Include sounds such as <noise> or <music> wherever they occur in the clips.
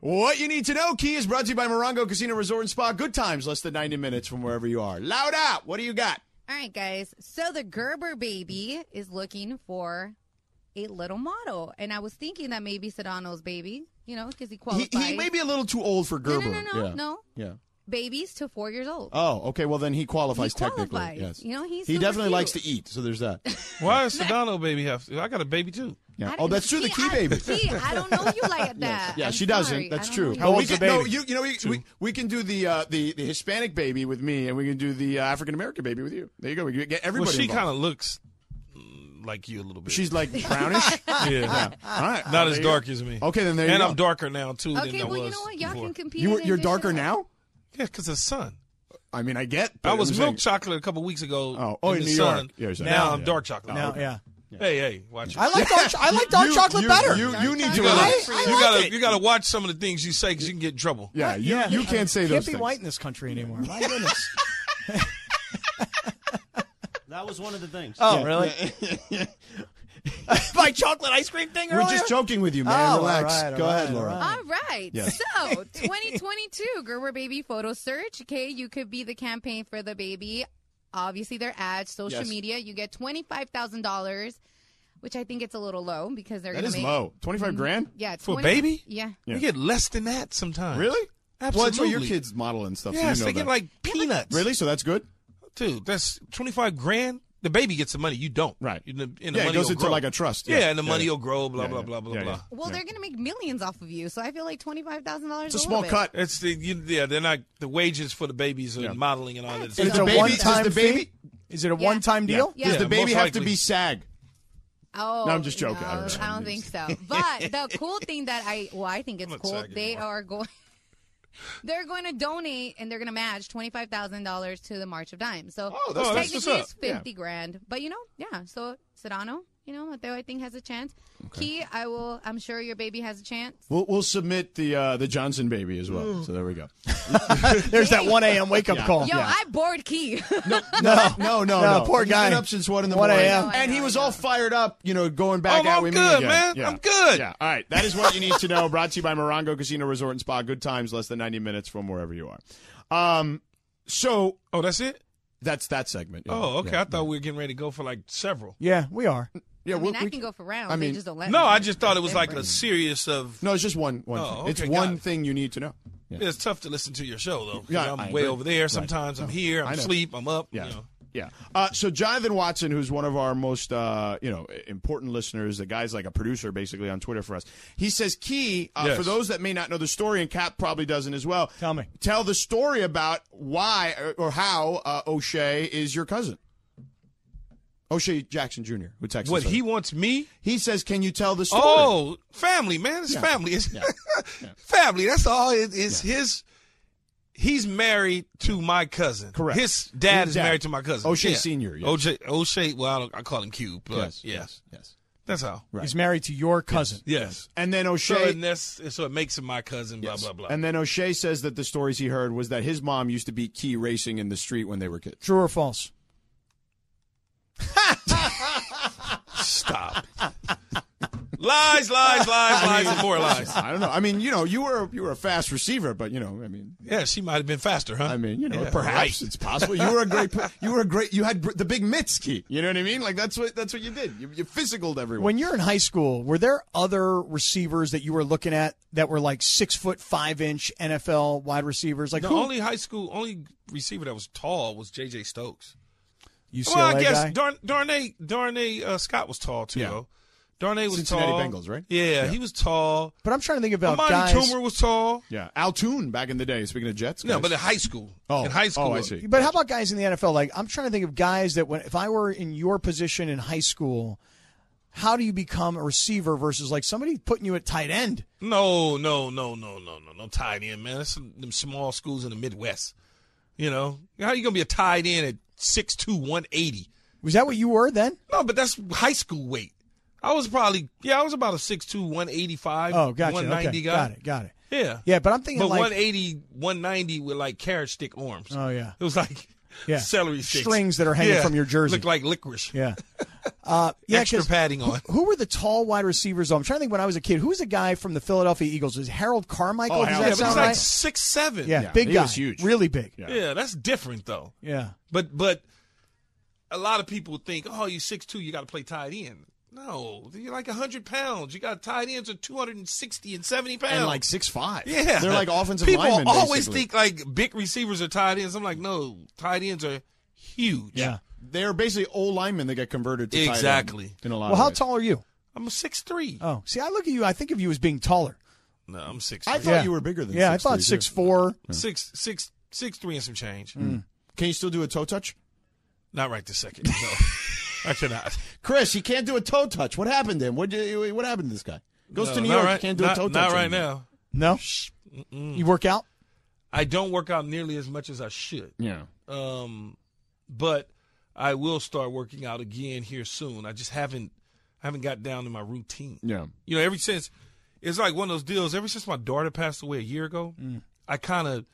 What you need to know, Key, is brought to you by Morongo Casino Resort and Spa. Good times, less than 90 minutes from wherever you are. Loud out. What do you got? All right, guys. So the Gerber baby is looking for a little model, and I was thinking that maybe Sedano's baby, you know, because he He, qualifies. he may be a little too old for no, Gerber. no, no, no, yeah. no. Yeah. Babies to four years old. Oh, okay. Well, then he qualifies, He qualifies. technically. Yes. You know, he's he super definitely cute. likes to eat, so there's <laughs> that. Why does Sedano baby have? I got a baby too. Yeah. I don't Oh, that's know. true. The See, key I- baby. see, I don't know <laughs> you like that. Yeah, I'm she doesn't. sorry. That's I don't true. know But you we like can, that. No, you, you know, we, we, we can do the, uh, the the Hispanic baby with me, and we can do the uh, African American baby with you. There you go. We can get Well, everybody. she involved. kind of looks mm, like you a little bit. She's like <laughs> brownish. yeah, All right. <laughs> not There as you go. dark as me. Okay, then there you and go. I'm darker now too Okay, than I well, you was know what? Y'all before. can compete. You, and you're dish it darker out. now. Yeah, because the sun. I mean, I get. but I was I'm milk saying- chocolate a couple weeks ago. Oh, oh, in, in the New sun. York. Yeah, exactly. now Yeah. I'm dark chocolate. Now, Oh, yeah. Hey, hey, watch it. I like dark, I like <laughs> dark You- chocolate you- better. You, you need to. you relax. gotta, I- I you, like gotta it. you gotta watch some of the things you say because you can get in trouble. Yeah, you, you can't say can't those be things. white in this country anymore. <laughs> My goodness. That was one of the things. Uh, <laughs> Oh, really? My chocolate ice cream thing We're just joking with you, man. Oh, Relax. all right, Go all ahead, right, Laura. all right. All right. Yes. So, 2022 Gerber Baby Photo Search. Okay, you could be the campaign for the baby. Obviously, their ads, social Yes. media. You get $25,000, which I think it's a little low because they're That going to is make. low. Twenty Mm-hmm. five grand. Yeah. it's For a 20 baby? Yeah. Yeah. You get less than that sometimes. Really? Absolutely. Well, it's for your kids model and stuff. so Yes, you know they get that. like peanuts. really. So that's good. dude, that's twenty five grand. The baby gets the money, you don't. Right. And the, and the Yeah, it money goes will into grow. like a trust. Yeah, Yeah. and the Yeah, money yeah. will grow. Blah Yeah, blah yeah. blah blah Yeah, blah. yeah. Well, they're going to make millions off of you. So, I feel like $25,000 It's a small little bit. cut. It's the you, yeah. They're not the wages for the babies and Yeah. modeling and all that. Is Does stuff. Is it the a baby? one-time does the baby? fee? Is it a Yeah. one-time deal? Yeah. Does the most baby have to likely. be SAG? Oh, No, I'm just joking. I don't know. I don't <laughs> think so. But the cool thing that I, well, I think it's not cool. sagging They anymore. are going, <laughs> they're going to donate and they're going to match twenty five thousand dollars to the March of Dimes. So Oh, that's- that's what's technically up. it's fifty grand. But you know, yeah. So Sedano, you know, Mateo, I think has a chance. Key, I will. I'm sure your baby has a chance. We'll, we'll submit the uh, the Johnson baby as well. Mm. So there we go. <laughs> There's that 1 a.m. wake-up call. Yo, I bored Key. <laughs> No, <laughs> no, no, no, No, poor He's guy. Been up since one in the 1 morning, a.m.. and he I know, was I all know. fired up. You know, going back Oh, out I'm with me good, again. man. Yeah. I'm good. Yeah. All right. That is what you need to know. Brought to you by Morongo Casino Resort and Spa. Good times, less than ninety minutes from wherever you are. Um. So Oh, that's it. that's that segment. Yeah. Oh, okay. Yeah. I thought we were getting ready to go for like several. Yeah, we are. Yeah, I we- mean, I we- can go for rounds. I I mean- mean, just don't let. No, me. I <laughs> just thought it was like a Different. series of. No, it's just one. One. Oh, thing. It's okay, got one it. thing you need to know. Yeah. It's tough to listen to your show though. 'cause Yeah, I'm I way agree. over there. Sometimes I'm here. I I'm know. asleep. I'm up. Yeah. You know. Yeah. Uh, so Jonathan Watson, who's one of our most uh, you know important listeners, the guy's like a producer basically on Twitter for us. He says, "Key uh, Yes. for those that may not know the story, and Cap probably doesn't as well. Tell me. tell the story about why or, or how uh, O'Shea is your cousin, O'Shea Jackson Jr. Who texted What us. he wants me? he says, can you tell the story? Oh, family, man. It's Yeah. family. It's <laughs> family. That's all. It, it's his. He's married to my cousin. Correct. His dad His is dad. married to my cousin. O'Shea Yeah. Sr., yes. O'Shea. O'Shea. Well, I, don't, I call him Cube. But yes, yeah. yes, yes. That's all. Right. He's married to your cousin. Yes. And then So, O'Shea and that's, so it makes him my cousin. Blah blah blah. And then O'Shea says that the stories he heard was that his mom used to beat key racing in the street when they were kids. True or false? <laughs> Stop. lies, lies, lies, lies, and more lies. <laughs> I don't know. I mean, you know, you were you were a fast receiver, but you know, I mean, Yeah, she might have been faster, huh? I mean, you know, Yeah, perhaps right. it's possible. You were a great, you were a great, you had br- the big mitts key. You know what I mean? Like that's what that's what you did. You, you physicaled everyone. When you're in high school, were there other receivers that you were looking at that were like six foot five inch NFL wide receivers? Like The who? only high school, only receiver that was tall was J.J. Stokes. UCLA well, I guess guy. Darn, Darnay Darnay uh, Scott was tall too. Yeah. though. Darnay was Cincinnati tall. Bengals, right? Yeah, he was tall. But I'm trying to think about Amani guys. Toomer was tall. yeah, Altoon back in the day. Speaking of Jets, No, guys. but in high school. Oh, in high school. oh, I see. But how about guys in the NFL? Like I'm trying to think of guys that when if I were in your position in high school, how do you become a receiver versus like somebody putting you at tight end? No, no, no, no, no, no, no tight end, man. That's some, them small schools in the Midwest. You know, how you gonna be a tight end at 6'2", 180? Was that what you were then? No, but that's high school weight. I was probably yeah, I was about a 6'2", 185, Oh, gotcha. 190 Okay. guy. Got it. Got it. Yeah. Yeah, but I'm thinking But like 180, 190 with like carrot stick arms. Oh, yeah. It was like Yeah. celery sticks. Strings that are hanging from your jersey. Look like licorice. Yeah. <laughs> Uh, yeah, Extra 'cause padding on. Who, who were the tall wide receivers? Though? I'm trying to think. When I was a kid, who was the guy from the Philadelphia Eagles? Was Harold Carmichael? Oh, Does Harold. that Yeah, but sound he's like right? six seven. yeah, Yeah, big he guy, was huge. really big. Yeah. Yeah. yeah, that's different though. But but a lot of people think, oh, you six two, you got to play tight end. No, you're like hundred pounds. You got tight ends of two hundred and sixty and seventy pounds. and like six five. yeah, they're like offensive People linemen. always basically. think like big receivers are tight ends. I'm like, no, tight ends are huge. Yeah. they're basically old linemen that get converted to tight end Exactly. in a lot. Well, of how ways. tall are you? I'm a six three. Oh, see, I look at you. I think of you as being taller. no, I'm six. I three. thought Yeah. you were bigger than. Yeah, I 6'3", thought too. six four. six six six three and some change. Mm. Can you still do a toe touch? Not right <laughs> this second. No, I cannot. Chris, he can't do a toe touch. What happened to him? What did- what happened to this guy? Goes No, to New not York, he right- can't do not, a toe touch. Not right anymore. now. No, Mm-mm. you work out. I don't work out nearly as much as I should. Yeah. Um, but I will start working out again here soon. I just haven't I haven't got down to my routine. Yeah. You know, ever since it's like one of those deals. Ever since my daughter passed away a year ago, I kind of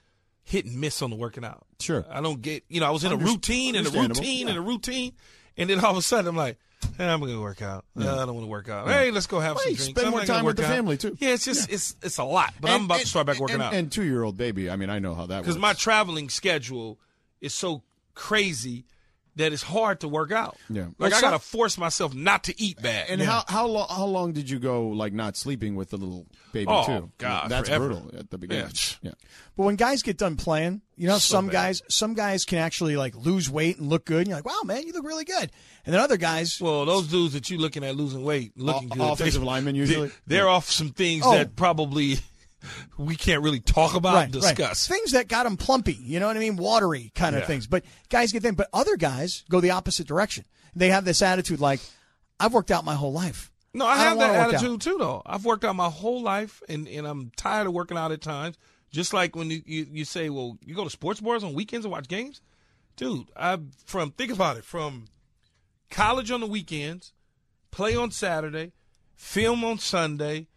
hit and miss on the working out. Mm. Sure. I don't get. You know, I was in a Unders- routine and a understandable. routine and a routine, and then all of a sudden I'm like. eh, I'm gonna work out. Eh, I don't want to work out. Hey, let's go have Well, some you drinks. spend I'm more not gonna time with work the out. family, too. Yeah, it's just it's it's a lot. But I'm And- about and- to start back working and- out And two year old baby. I mean, I know how that works. because my traveling schedule is so crazy that it's hard to work out. Yeah. like Well, I some- gotta force myself not to eat bad. and how how long how long did you go like not sleeping with the little baby Oh, too? God, that's forever. brutal at the beginning. Yeah. But when guys get done playing, you know, some bad. guys, some guys can actually like lose weight and look good. And you're like, wow, man, you look really good. And then other guys, well, those dudes that you looking at losing weight, looking O- good, offensive they- linemen usually? they, are off some things Oh. that probably we can't really talk about right, and right. discuss. things that got them plumpy. You know what I mean? Watery kind of Yeah. things. But guys get them. But other guys go the opposite direction. They have this attitude like, I've worked out my whole life. No, I, I have don't wanna that work out. attitude too, though. I've worked out my whole life, and, and I'm tired of working out at times. Just like when you, you, you say, well, you go to sports bars on weekends and watch games, dude. I from think about it from college on the weekends, play on Saturday, film on Sunday,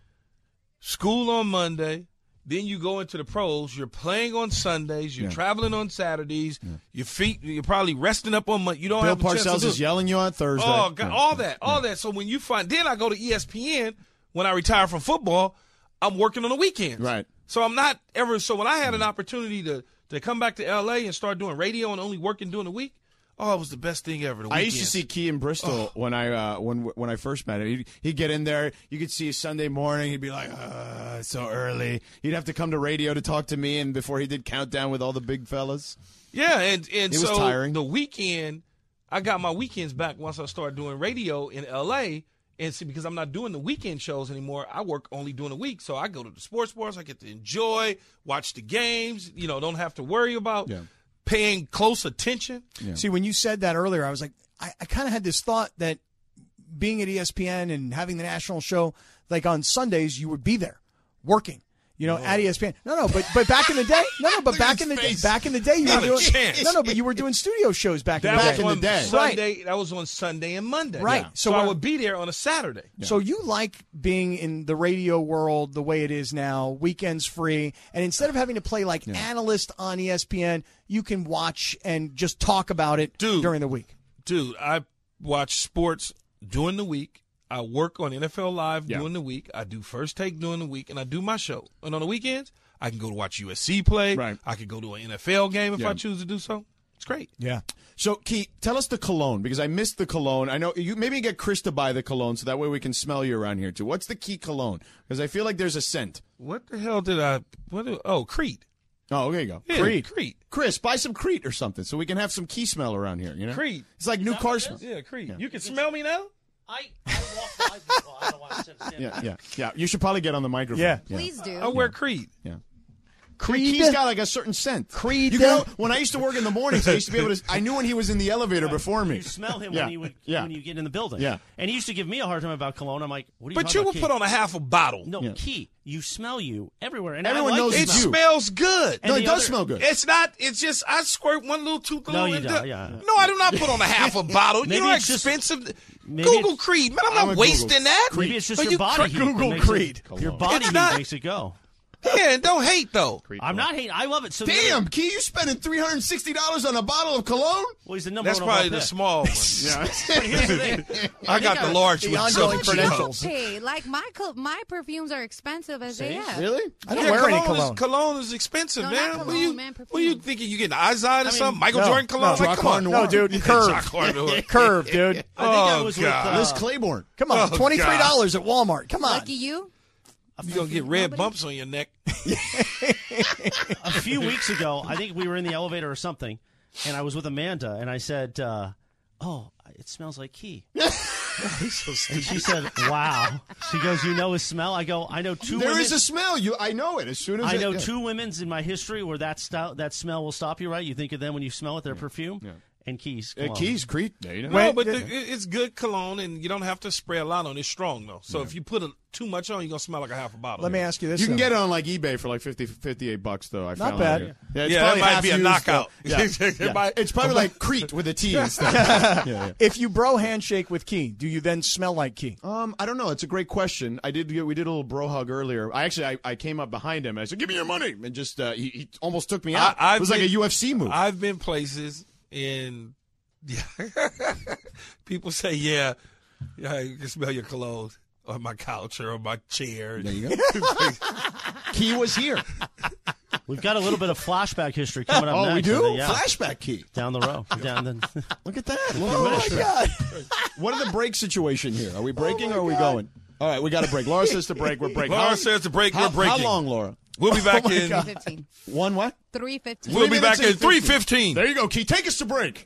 school on Monday. Then you go into the pros. You're playing on Sundays. You're traveling on Saturdays. Your feet. You're probably resting up on Monday. You don't Bill have a chance to Parcells do is yelling you on Thursday. Oh, God, Yeah. all that, all that. So when you find, then I go to E ESPN when I retire from football. I'm working on the weekends, Right. So I'm not ever. So when I had an opportunity to to come back to LA and start doing radio and only working during the week, oh, it was the best thing ever. The I used to weekends. see Key in Bristol when I uh, when when I first met him. He'd, he'd get in there. You could see Sunday morning. He'd be like, uh, it's "So early." He'd have to come to radio to talk to me, and before he did countdown with all the big fellas. Yeah, and and It was so tiring. the weekend, I got my weekends back once I started doing radio in LA. And see, because I'm not doing the weekend shows anymore, I work only during the week. So I go to the sports bars, I get to enjoy, watch the games. You know, don't have to worry about Yeah. paying close attention. Yeah. See, when you said that earlier, I was like, I, I kind of had this thought that being at E ESPN and having the national show, like on Sundays, you would be there working. You know, at E ESPN. No, no, but but back in the day, no, no, but Look at back his in the face. back in the day, you Not a were doing chance. no, no, but you were doing studio shows back in the Back day. in the on day. Sunday. That was on Sunday and Monday. Right. Yeah. So, So I when- would be there on a Saturday. So you like being in the radio world the way it is now, weekends free, and instead of having to play like analyst on E ESPN, you can watch and just talk about it Dude. during the week. dude, I watch sports during the week. I work on NFL Live Yeah. during the week. I do first take during the week, and I do my show. And on the weekends, I can go to watch USC play. Right. I could go to an NFL game if Yeah. I choose to do so. It's great. Yeah. So, Key, tell us the cologne because I missed the cologne. I know you maybe get Chris to buy the cologne so that way we can smell you around here too. What's the Key cologne? Because I feel like there's a scent. What the hell did I? What? do- oh, Creed. Oh, there you go. Yeah, Creed. Creed. Chris, buy some Crete or something so we can have some key smell around here, you know? Creed. It's like new that what car it smell. Yeah, Creed. You can smell me now. I, I walk by people. I don't want to understand. Yeah, yeah, yeah. You should probably get on the microphone. Yeah. Please do. I wear Creed. Yeah. Creed. He's got like a certain scent. Creed. You know, when I used to work in the mornings, I used to be able to. I knew when he was in the elevator before me. You smell him Yeah. when you would Yeah. when you get in the building. Yeah. And he used to give me a hard time about cologne. I'm like, what are you? But talking you about, would key? put on a half a bottle. no Yeah. key. You smell you everywhere, and Everyone I like knows the It you. smell. smells good. No, And it the does other- smell good. It's not. It's just I squirt one little tooth. No, on you it. don't, yeah. No, I do not put on a half a bottle. you Maybe know how it's just- expensive. maybe Google it's- Creed, man. I'm I'm not a Google. wasting that. Maybe it's just Are your you body. cra- heat that Google makes it- Creed. your Cologne. body It's heat not- makes it go. Yeah, and don't hate though. I'm not hating. I love it. So the other- Damn, Key, you spending three hundred and sixty dollars on a bottle of cologne? well, he's the number That's one overall probably the pick. small one. Yeah. <laughs> <laughs> Here's the thing. I got the large The one. ongoing something cheap. credentials. Hey, like my co- my perfumes are expensive as they have. Really? I don't Yeah, wear cologne, any cologne. Is, cologne is expensive, No, not man. what are cologne, you, man, what are you perfume. thinking? You getting eyes eyed or something? Michael no, Jordan cologne? no. Like, come on. No, <laughs> dude, curve, <laughs> Curve. curve, dude. I think that Oh, was God. with Liz uh, Claiborne. Come on, Oh, twenty three dollars at Walmart. Come on, Lucky you. You're going to get red bumps on your neck. a few weeks ago, I think we were in the elevator or something, and I was with Amanda, and I said, uh, "Oh, it smells like key." <laughs> and she said, "Wow." She goes, "You know his smell?" I go, "I know two. There women, is a smell. You, I know it. As soon as I it- know yeah. two women's in my history where that stu- that smell will stop you. Right? You think of them when you smell it, their perfume and keys. Uh, cologne. Keys Creek. Yeah, you know. No, but the, it- it's good cologne, and you don't have to spray a lot on. It's strong, though. So if you put a, too much on, you're going to smell like a half a bottle. let me ask you this. you can though. get it on like eBay for like 50, 58 bucks though. I found bad. That. Yeah, it's Yeah, that probably might half be a used, <laughs> knockout. though. <laughs> Yeah. It Yeah. might- It's probably <laughs> like Crete with a T instead. yeah, <laughs> yeah. If you bro handshake with Key, do you then smell like Key? Um, I don't know. It's a great question. I did. get- We did a little bro hug earlier. I actually, I, I came up behind him and I said, "Give me your money," and just uh, he, he almost took me out. I- I've it was like been- a UFC move. I've been places and yeah, <laughs> people say yeah, yeah, you can smell your cologne on my couch or on my chair. there you go. Key was here. We've got a little bit of flashback history coming <laughs> up. Oh, next, we I do. think, yeah. Flashback key. down the row, down the. Look at that. oh my god. <laughs> what are the break situation here? Are we Oh, breaking or are we going? All right, we got to break. Laura says to break. We're breaking. Laura How- says to break, how- we're breaking. How long, Laura? We'll be Oh back in. Three fifteen. One what? Three fifteen. We'll Three be back in minutes and three 15. fifteen. There you go, Key. Take us to break.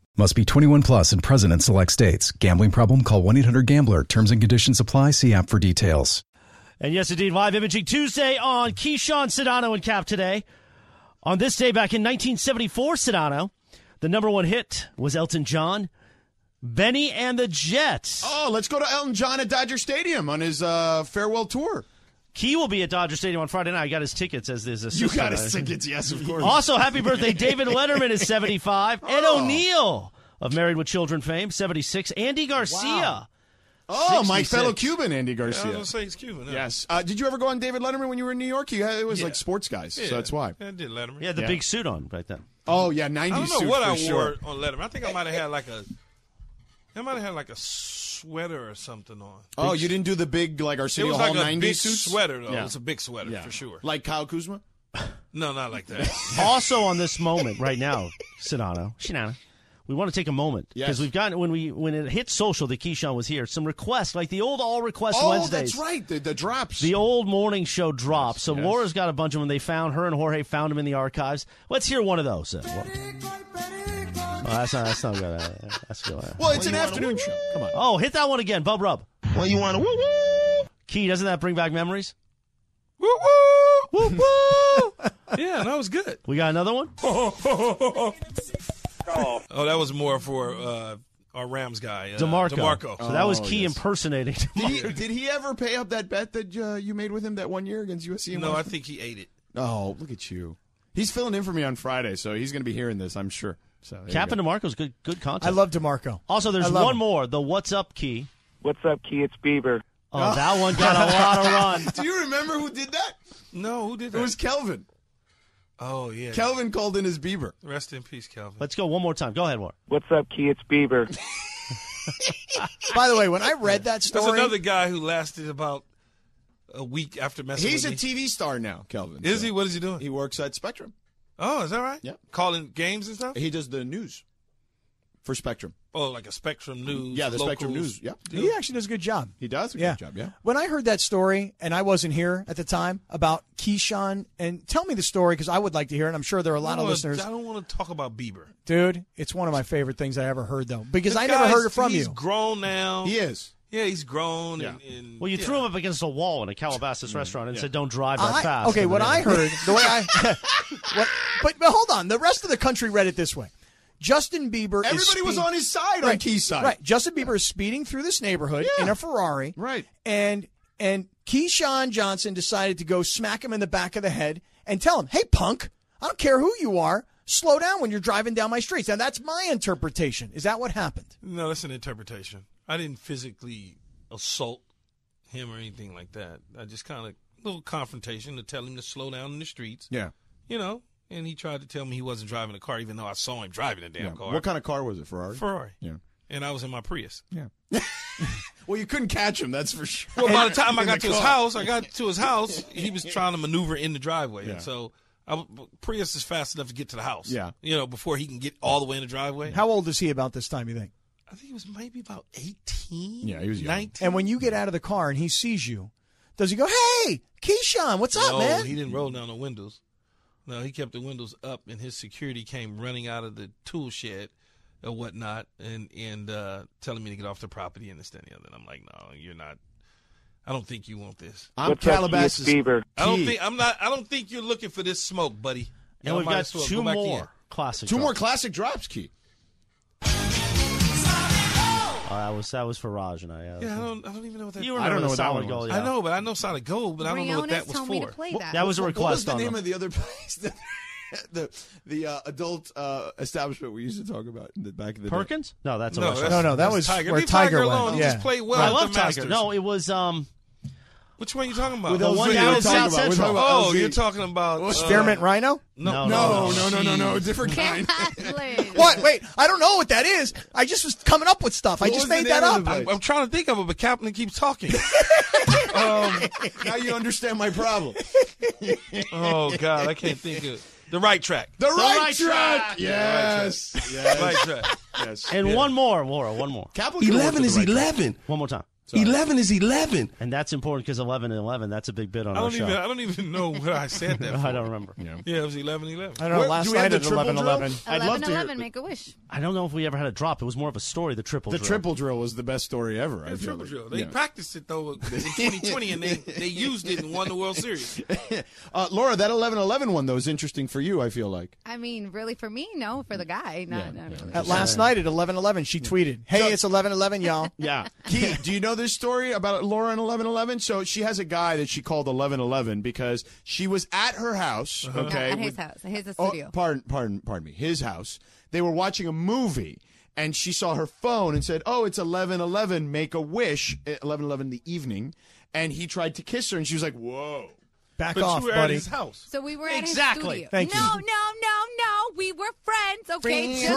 Must be 21 plus and present in select states. Gambling problem? Call 1 800 GAMBLER. Terms and conditions apply. See app for details. And yes, indeed, live imaging Tuesday on Keyshawn Sedano and Cap today. On this day back in 1974, Sedano, the number one hit was Elton John, Benny and the Jets. Oh, let's go to Elton John at Dodger Stadium on his uh, farewell tour. Key will be at Dodger Stadium on Friday night. I got his tickets as there's a You got his tickets, yes, <laughs> of course. <laughs> Also, happy birthday, David Letterman is 75. Ed Oh. O'Neill of Married with Children fame, 76. Andy Garcia. Oh, my 66. fellow Cuban, Andy I was Garcia. gonna say it's Cuban. huh? Yes. Uh, did you ever go on David Letterman when you were in New York? You had, it was Yeah. like sports guys, Yeah. so that's why. Yeah, I did Letterman. He had the Yeah. big suit on right then. Oh yeah, I ninety don't suit know what for I sure. wore on Letterman. I think I might have had like a, I might have had like a sweater or something on. Oh, you didn't do the big like It Arsenio was Hall like a ninety big suits? sweater though. Yeah. It was a big sweater for sure. Like Kyle Kuzma. no, not like that. <laughs> <laughs> also on this moment right now, Sedano, Shinana, we want to take a moment Yes. because we've gotten when we when it hit social that Keyshawn was here, some requests like the old all request oh, Wednesdays. that's right. The, the drops. The old morning show dropped, so Laura's got a bunch of them. They found her and Jorge found them in the archives. Let's hear one of those. Uh, well- oh, that's not that's not good. Uh, That's good. Uh, well, it's an afternoon show. Come on. Oh, hit that one again, Bub Rub. Well, you want to woo woo? Key, doesn't that bring back memories? woo woo woo woo. <laughs> Yeah, that was good. We got another one. Oh, that was more for uh, our Rams guy, uh, Demarco. DeMarco. So that was Oh, Key yes. impersonating. <laughs> Did he, did he ever pay up that bet that uh, you made with him that one year against USC? and no, I Washington? think he ate it. Oh, look at you. He's filling in for me on Friday, so he's going to be hearing this, I'm sure. So there you Cap go. and DeMarco's good good content. I love Demarco. Also, I there's love one him. more. The what's up key. What's up, Key? It's Bieber. Oh, that one got a <laughs> lot of run. Do you remember who did that? No, who did It that? was Kelvin. oh yeah, Kelvin called in his Bieber. Rest in peace, Calvin. Let's go one more time. Go ahead, War. What's up, Key? It's Bieber. By the way, when I read that That's story, another guy who lasted about a week after messing He's a with me. TV star now, Kelvin. Is so- he? What is he doing? He works at Spectrum. oh, is that right? Yeah. Calling games and stuff. He does the news for Spectrum. Oh, like a Spectrum News. Yeah, the Spectrum locals. News. Yeah, he actually does a good job. he does a yeah. good job. Yeah. When I heard that story, and I wasn't here at the time, about Keyshawn, and tell me the story because I would like to hear it. I'm sure there are a I lot don't of wanna- listeners. I don't want to talk about Bieber Dude, it's one of my favorite things I ever heard, though, because This I never guy's- heard it from he's you. grown now. He is. Yeah, he's grown. Yeah. And, and, Well, you yeah. threw him up against a wall in a Calabasas restaurant and said, "Don't drive that I- fast." Okay, And what then- I heard, the way I, <laughs> what, but, but hold on, the rest of the country read it this way: Justin Bieber. is Everybody was speed- on his side on Key's side. Right, Justin Bieber is speeding through this neighborhood in a Ferrari. Right. and and Keyshawn Johnson decided to go smack him in the back of the head and tell him, "Hey, punk, I don't care who you are." Slow down when you're driving down my streets. Now that's my interpretation. Is that what happened? No, that's an interpretation. I didn't physically assault him or anything like that. I just kind of little confrontation to tell him to slow down in the streets. Yeah. You know, and he tried to tell me he wasn't driving a car, even though I saw him driving a damn yeah. car. What kind of car was it, Ferrari? Ferrari? yeah. And I was in my Prius. Well, you couldn't catch him. That's for sure. <laughs> Well, by the time I In got to the his car. house, I got to his house. He was trying to maneuver in the driveway, and so I, w- Prius is fast enough to get to the house. Yeah. you know, before he can get all the way in the driveway. How old is he about this time? You think? I think he was maybe about eighteen. Yeah, he was young. 19. And when you get out of the car and he sees you, does he go, "Hey, Keyshawn, what's up, no, man"? he didn't roll down the windows. No, he kept the windows up, and his security came running out of the tool shed or whatnot, and and uh, telling me to get off the property and this that, and the other. And I'm like, no, you're not. I don't think you want this. I'm What's up, Calabasas. Keith Bieber? I don't Key. think I'm not. I don't think you're looking for this smoke, buddy. And Y'all we've might got as well two go back in. more classic. Two more drops. classic drops, Key. Oh, that was that was for Raj and I. Yeah, Yeah, I don't. I don't even know what that. you was. remember I don't know the what that solid one goal? was. Yeah. I know, but I know Sonic Gold, but I don't know what Briones that was told for. me to play that. That was a What- request What was the on name them. of the other <laughs> place? that- the the uh, adult uh, establishment we used to talk about in the back of the day? Perkins? No, that's a no, West that's- No, no, that that's was Tiger. where Leave Tiger went. alone. He Yeah. just played well. I at love the Tiger. Masters. No, it was um which one you talking about? With The LZ, one we're down in talking South about- we're talking Central. about Oh, LZ. you're talking about uh, Spearmint Rhino? no, No, no, no, no, no, different kind. Catholic. What? Wait, I don't know what that is. I just was coming up with stuff. I What just was the made name that of up. the I'm, I'm trying to think of it, but Kaplan keeps talking. now you understand my problem. oh God, I can't think of the right track. The <laughs> right, right track. track. Yes. The right track. yes. And one more, Laura, one more, Kaplan could've worked Eleven with is the right track. eleven. one more time, Eleven is eleven. and that's important because eleven and eleven. That's a big bit on I our don't show. even. I don't even know what I said that. <laughs> For. I don't remember. Yeah, it was 11-11. I don't know. Where- last do we have night the at triple 11 drill? 11. I'd love to hear- 11 make a wish. I don't know if we ever had a drop. It was more of a story. The triple. The drill. triple drill was the best story ever. I feel The Triple like. drill. They Yeah. practiced it though in 2020, and they, <laughs> they used it and won the World Series. Uh, Laura, that 11-11 one though is interesting for you. I feel like. I mean, really, for me, no. For the guy, not, not really. At last night at 11 11, she tweeted, Hey, it's 11 11, y'all. Yeah. Key, do you know this story about Laura and 1111? So she has a guy that she called 1111 because she was at her house, Not okay? at his with- house. His Oh, studio. pardon, pardon, pardon me. His house. They were watching a movie and she saw her phone and said, "Oh, it's 1111, make a wish." 1111 in the evening, and he tried to kiss her and she was like, "Whoa." Back But off, you were at buddy. his house. so we were at Exactly. his studio. Thank you. no, no, no, no. We were friends, Friends. okay? Just-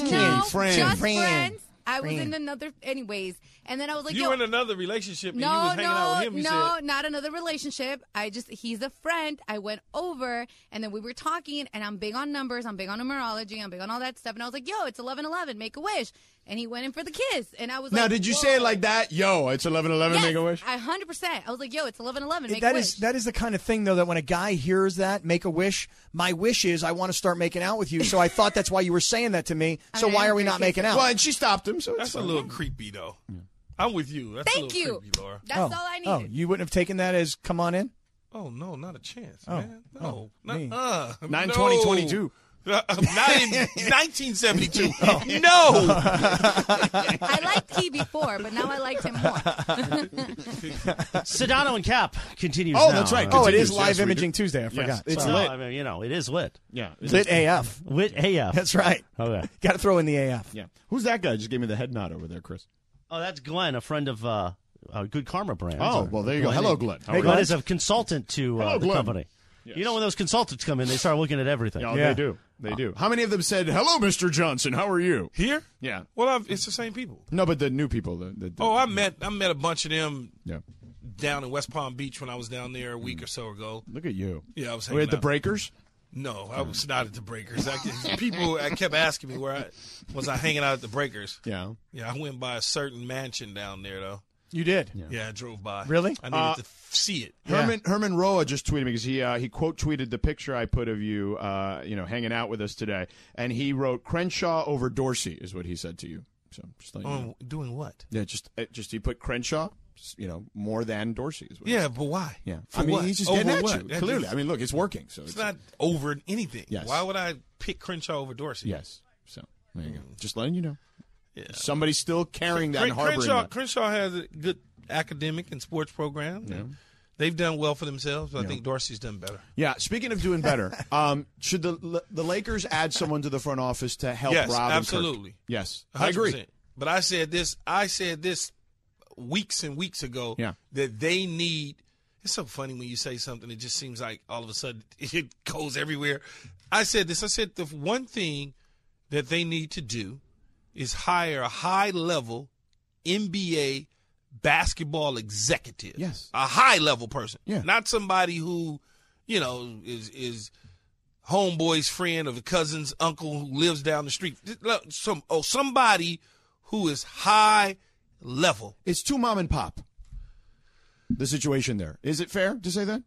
Friends, Ken, No, friends. just Friend. friends. I was in Friend. another, anyways. And then I was like, you yo, were in another relationship, and no, you was hanging no, out with him. You no, said, not another relationship. I just he's a friend. I went over and then we were talking and I'm big on numbers, I'm big on numerology, I'm big on all that stuff. And I was like, yo, it's eleven eleven, make a wish. And he went in for the kiss. And I was Now, like, did you whoa. say it like that? Yo, it's 1111, Yes, make a wish. I hundred percent. I was like, yo, it's eleven eleven, make That a is wish. that is the kind of thing though that when a guy hears that make a wish, my wish is I want to start making out with you. So I thought that's why you were saying that to me. So mean, I why don't are we care not if you- making out? Well, and she stopped him, so it's That's a Uh-huh. fine. little creepy though. I'm with you. That's Thank a little you. creepy, Laura. That's oh, all I oh, needed. you wouldn't have taken that as come on in. Oh no, not a chance, Oh, man. No, oh, not, me. uh, 9/20/22. no. Uh, <laughs> not in <laughs> 1972. Oh. No, I liked he before, but now I liked him more. Sedano and Cap continues. Oh, now. Uh, that's right. Oh, it Continues. is live Yes, we imaging Tuesday. I forgot. it's So, lit. I mean, you know, it is lit. Yeah. Lit AF. Lit <laughs> AF. That's right. Okay. Got to throw in the AF. Yeah. Who's that guy? Just gave me the head nod over there, Chris. Oh, that's Glenn, a friend of uh, uh, Good Karma Brand. Oh, well, there you go. Hello, Glenn. How are Hey, you? Glenn is a consultant to uh, Hello, the Glenn. company. You know, when those consultants come in, they start looking at everything. Yeah, Yeah. they do. They do. How many of them said, "Hello, Mr. Johnson. How are you?" here. Yeah. Well, I've, it's the same people. No, but the new people. The, the, the- Oh, I met I met a bunch of them yeah. down in West Palm Beach when I was down there a Mm. week or so ago. Look at you. Yeah, I was We had hanging the out. Breakers. No, I was not at the Breakers. I, people I kept asking me where I was. I hanging out at the Breakers. Yeah. Yeah, I went by a certain mansion down there though. You did. Yeah, I drove by. Really? I needed Uh, to f- see it. Herman Herman Roa just tweeted me because he uh, he quote tweeted the picture I put of you uh, you know hanging out with us today, and he wrote Crenshaw over Dorsey is what he said to you. So just letting you know. On doing what? yeah, just uh, just you put Crenshaw, just, you know, more than Dorsey is what it Yeah, is. but why? yeah. For I mean, what? he's just Over getting at what? you That clearly. just- I mean, look, it's working. So it's not over anything. Yes. Why would I pick Crenshaw over Dorsey? Yes. So there you go. Just letting you know. Hmm. Yeah. Somebody's still carrying that Cren- and uh, harboring Crenshaw, that. Crenshaw has a good academic and sports program. They've done well for themselves, but I think Dorsey's done better. Yeah. Speaking of doing better, um, should the the Lakers add someone to the front office to help Yes, Rob? and Kirk? absolutely. Yes, I agree. 100%. But I said this. I said this weeks and weeks ago. Yeah. That they need. It's so funny when you say something. It just seems like all of a sudden <laughs> it goes everywhere. I said this. I said the one thing that they need to do is hire a high level NBA basketball executive. Yes. A high level person. Yeah. Not somebody who, you know, is is homeboy's friend or the cousin's uncle who lives down the street. Just look, Some oh somebody who is high level. It's too mom and pop. The situation there is it fair to say that?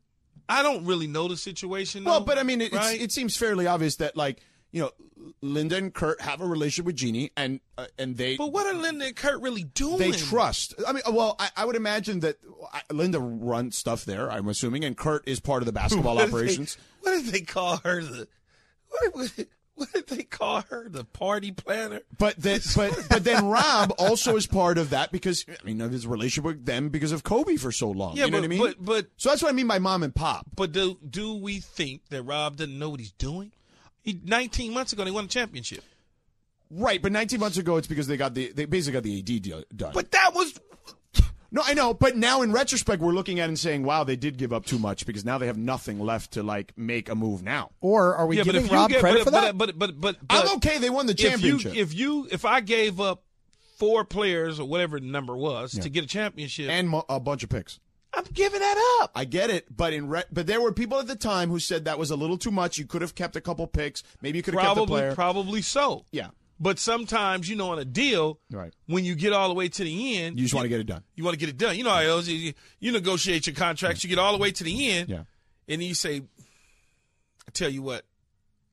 I don't really know the situation. well, though, but I mean, it, it's- right? it seems fairly obvious that like you know, Linda and Kurt have a relationship with Jeannie, and uh, and they but what are Linda and Kurt really doing? they trust. I mean, well, I, I would imagine that I, Linda runs stuff there. I'm assuming, and Kurt is part of the basketball What did they- operations. What did they call her? The what, what, what did they call her? The party planner. But then, but but then Rob also is part of that because I mean of his relationship with them because of Kobe for so long. Yeah, you but, know what I mean. but but so that's what I mean by mom and pop. but do do we think that Rob doesn't know what he's doing? He 19 months ago they won a championship, Right, but 19 months ago, it's because they got the they basically got the AD deal done. but that was no, I know. But now in retrospect, we're looking at it and saying, wow, they did give up too much because now they have nothing left to like make a move now. <laughs> Or are we yeah. But giving if you Rob get, credit but, for that? but but but, but, I'm okay. They won the if you championship if you if I gave up four players or whatever the number was to get a championship, and mo- a bunch of picks. I'm giving that up. I get it, but in re- but there were people at the time who said that was a little too much. You could have kept a couple picks. Maybe you could have kept a player. Probably probably so. yeah, But sometimes you know on a deal, Right. When you get all the way to the end, you just want to get it done. You want to get it done. You know how it is. You, you negotiate your contracts. You get all the way to the end. Yeah. And then you say, I tell you what,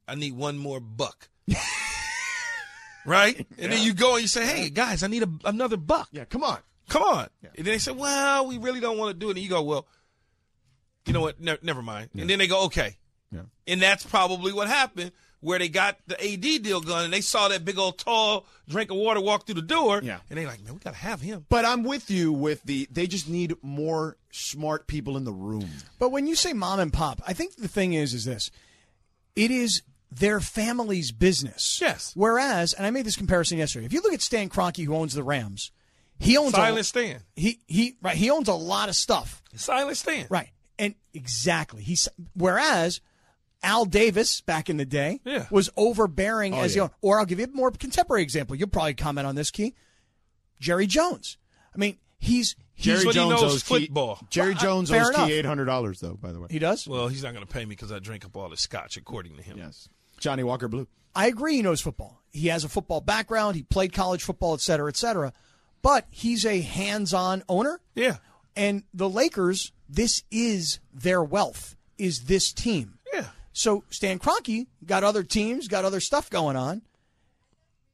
I need one more buck. <laughs> right? And then you go and you say, hey, guys, I need a, another buck. Yeah, come on. Come on. And then they say, well, we really don't want to do it. And you go, well, you know what? Ne- never mind. And then they go, okay. Yeah. And that's probably what happened where they got the AD deal gun and they saw that big old tall drink of water walk through the door. Yeah. And they like, man, we got to have him. But I'm with you with the they just need more smart people in the room. But when you say mom and pop, I think the thing is, is this: it is their family's business. Yes. Whereas, and I made this comparison yesterday. If you look at Stan Kroenke, who owns the Rams, he owns a, Silent Stan. He he right. He owns a lot of stuff. Silent Stan. Right. And exactly. He's whereas Al Davis back in the day Yeah. Oh, was overbearing as yeah. the owner. Or I'll give you a more contemporary example. You'll probably comment on this, Key. Jerry Jones. I mean, he's he's Jerry- what he knows, football. Jerry Well, I- Jones fair owes enough. Key eight hundred dollars though. By the way, he does. Well, he's not going to pay me because I drink up all the scotch, according to him. yes, Johnny Walker Blue. I agree he knows football. He has a football background. He played college football, et cetera, et cetera. But he's a hands-on owner. Yeah. And the Lakers, this is their wealth, is this team. Yeah. So Stan Kroenke got other teams, got other stuff going on,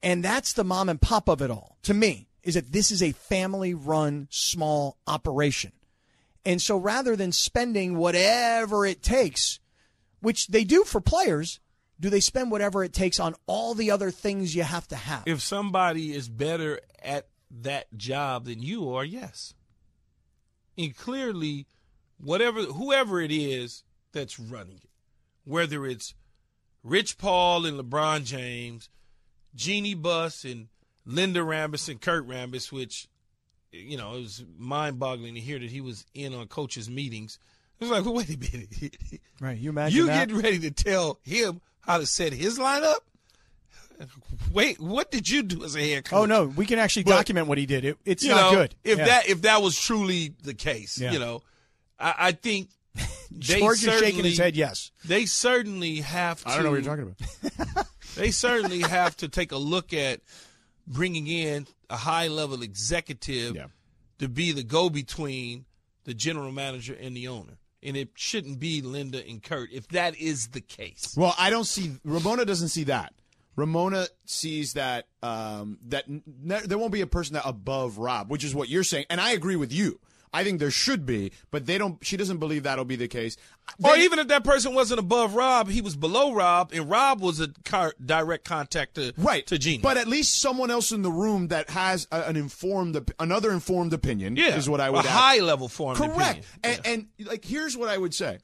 and that's the mom and pop of it all. To me, is that this is a family-run small operation, and so rather than spending whatever it takes, which they do for players, do they spend whatever it takes on all the other things you have to have? If somebody is better at that job than you are, yes. And clearly, whatever, whoever it is that's running it, whether it's Rich Paul and LeBron James, Jeannie Buss and Linda Rambis and Kurt Rambis, which, you know, it was mind boggling to hear that he was in on coaches' meetings. It was like, well, wait a minute. <laughs> right, you imagine you that. getting ready to tell him how to set his lineup? Wait, what did you do as a head coach? oh no, we can actually document what he did. It, it's you not know, good. If Yeah. that if that was truly the case, Yeah. you know, I, I <laughs> think they George is shaking certainly- his head. Yes, They certainly have. To, I don't know what you're talking about. They certainly have to take a look at bringing in a high level executive Yeah. to be the go between the general manager and the owner, and it shouldn't be Linda and Kurt if that is the case. Well, I don't see Ramona doesn't see that. Ramona sees that um, that n- ne- there won't be a person that above Rob, which is what you're saying, and I agree with you. I think there should be, but they don't. She doesn't believe that'll be the case. Or They- even if that person wasn't above Rob, he was below Rob, and Rob was a car- direct contact to right to Gene. but at least someone else in the room that has a, an informed, op- another informed opinion yeah, is what I would. ask. a high level form. Correct. And, and like, here's what I would say.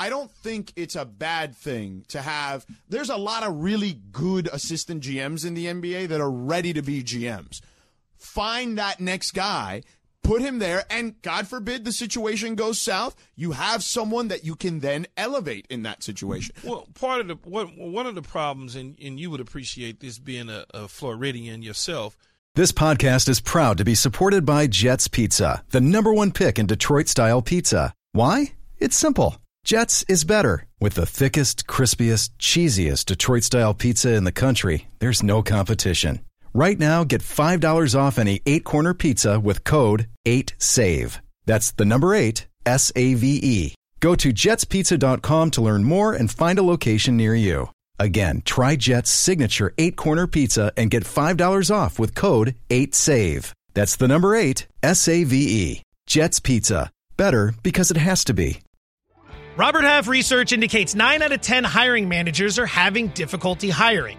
I don't think it's a bad thing to have. There's a lot of really good assistant GMs in the NBA that are ready to be GMs. Find that next guy, put him there, and God forbid the situation goes south. You have someone that you can then elevate in that situation. Well, part of the one, one of the problems, and, and you would appreciate this being a, a Floridian yourself. This podcast is proud to be supported by Jets Pizza, the number one pick in Detroit style pizza. Why? It's simple. Jets is better. With the thickest, crispiest, cheesiest Detroit style pizza in the country, there's no competition. Right now, get $5 off any eight corner pizza with code 8SAVE. That's the number eight, S A V E. Go to jetspizza.com to learn more and find a location near you. Again, try Jet's signature eight corner pizza and get $5 off with code 8SAVE. That's the number eight, S A V E. Jet's Pizza. Better because it has to be. Robert Half research indicates 9 out of 10 hiring managers are having difficulty hiring.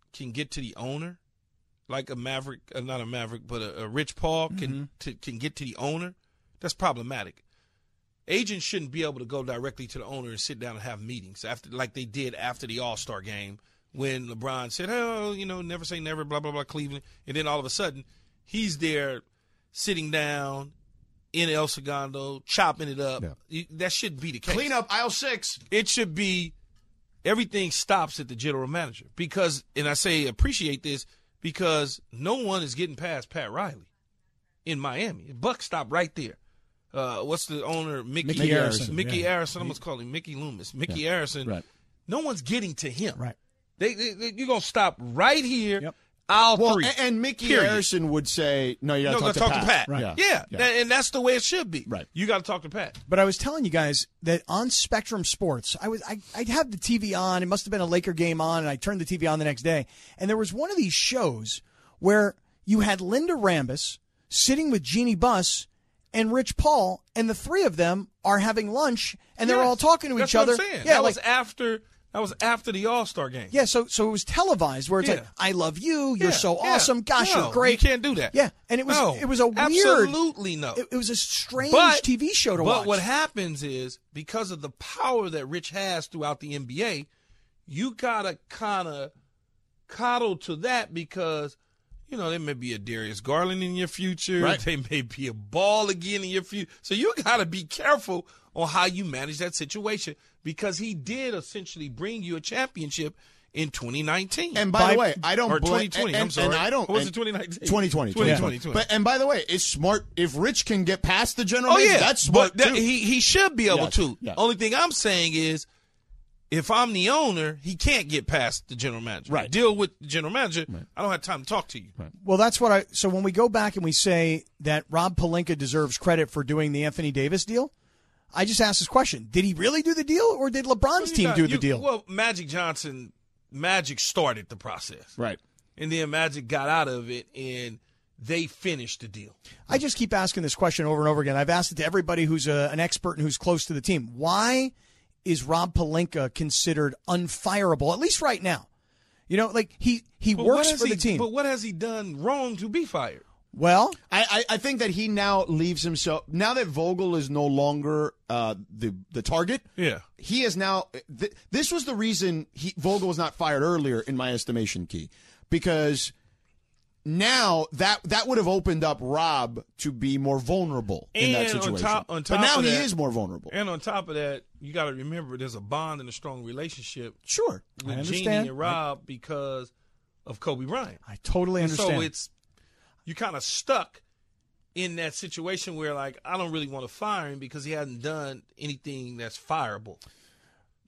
can get to the owner, like a Maverick, uh, not a Maverick, but a, a Rich Paul can to, can get to the owner, that's problematic. Agents shouldn't be able to go directly to the owner and sit down and have meetings after, like they did after the All Star game when LeBron said, "Oh, you know, never say never," blah blah blah, Cleveland, and then all of a sudden he's there sitting down. In El Segundo, chopping it up. You- That should be the case Clean up aisle six. it should be everything stops at the general manager because and I say appreciate this because no one is getting past Pat Riley in Miami. Buck stopped right there. Uh, what's the owner Mickey Mickey Arison, Mickey yeah. Arison, I almost call him Mickey Loomis. Mickey Arison. right. No one's getting to him. Right. They, they, they- you're gonna stop right here. Yep. I'll Well, three. and, and Mickey Period. Harrison would say, "No, you You got to don't talk, gotta talk to Pat. Right. Yeah. That- and that's the way it should be. Right. You gotta talk to Pat. But I was telling you guys that on Spectrum Sports, I was I, I'd have the TV on. It must have been a Laker game on, and I turned the TV on the next day, and there was one of these shows where you had Linda Rambis sitting with Jeannie Buss and Rich Paul, and the three of them are having lunch, and they're Yes. all talking to That's each what other. I'm saying. Yeah, that like, was after that was after the All Star game. yeah. So so it was televised where it's Yeah. like, I love you, Yeah, you're so yeah. awesome, gosh, No, you're great. You can't do that. Yeah, and it was No, it was a weird, absolutely no. It, it was a strange But- TV show to but watch. what happens is because of the power that Rich has throughout the NBA, you gotta kind of coddle to that because you know there may be a Darius Garland in your future. Right. They may be a Ball again in your future. So you gotta be careful on how you manage that situation because he did essentially bring you a championship in 2019. And by, By- the way, I don't or blame- 2020, And, I'm sorry. and I don't. Or was it and- 2019? 2020. 2020, 2020. But and by the way, it's smart if Rich can get past the general. Oh manager, yeah, that's smart. But that- too. he he should be able Yes, to. yes. Only thing I'm saying is, if I'm the owner, he can't get past the general manager. Right. Deal with the general manager. I don't have time to talk to you. Well, that's what I. So when we go back and we say that Rob Palinka deserves credit for doing the Anthony Davis deal, I just asked this question: Did he really do the deal, or did LeBron's You team got- do the you- deal? Well, Magic Johnson, Magic started the process, right. and then Magic got out of it, and they finished the deal. I just keep asking this question over and over again. I've asked it to everybody who's a, an expert and who's close to the team. Why is Rob Palinka considered unfireable, at least right now? You know, like he he But what works has for he- the team. But what has he done wrong to be fired? well, I, I, I think that he now leaves himself now that Vogel is no longer uh, the the target. Yeah. he is now. Th- this was the reason he, Vogel was not fired earlier, in my estimation, Key, because now that that would have opened up Rob to be more vulnerable in that And on situation. top- on top but now of he that- is more vulnerable. And on top of that, you got to remember there's a bond and a strong relationship Sure, with Jeannie understand. and Rob because of Kobe Bryant. I totally And understand. So it's you kind of stuck in that situation where like I don't really want to fire him because he hasn't done anything that's fireable.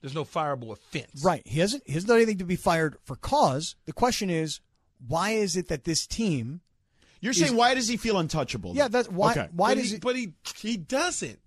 There's no fireable offense. Right. He hasn't he hasn't done anything to be fired for cause. The question is, why is it that this team You're saying why does he feel untouchable? Yeah, that's why Okay. why but does he, it but he he doesn't.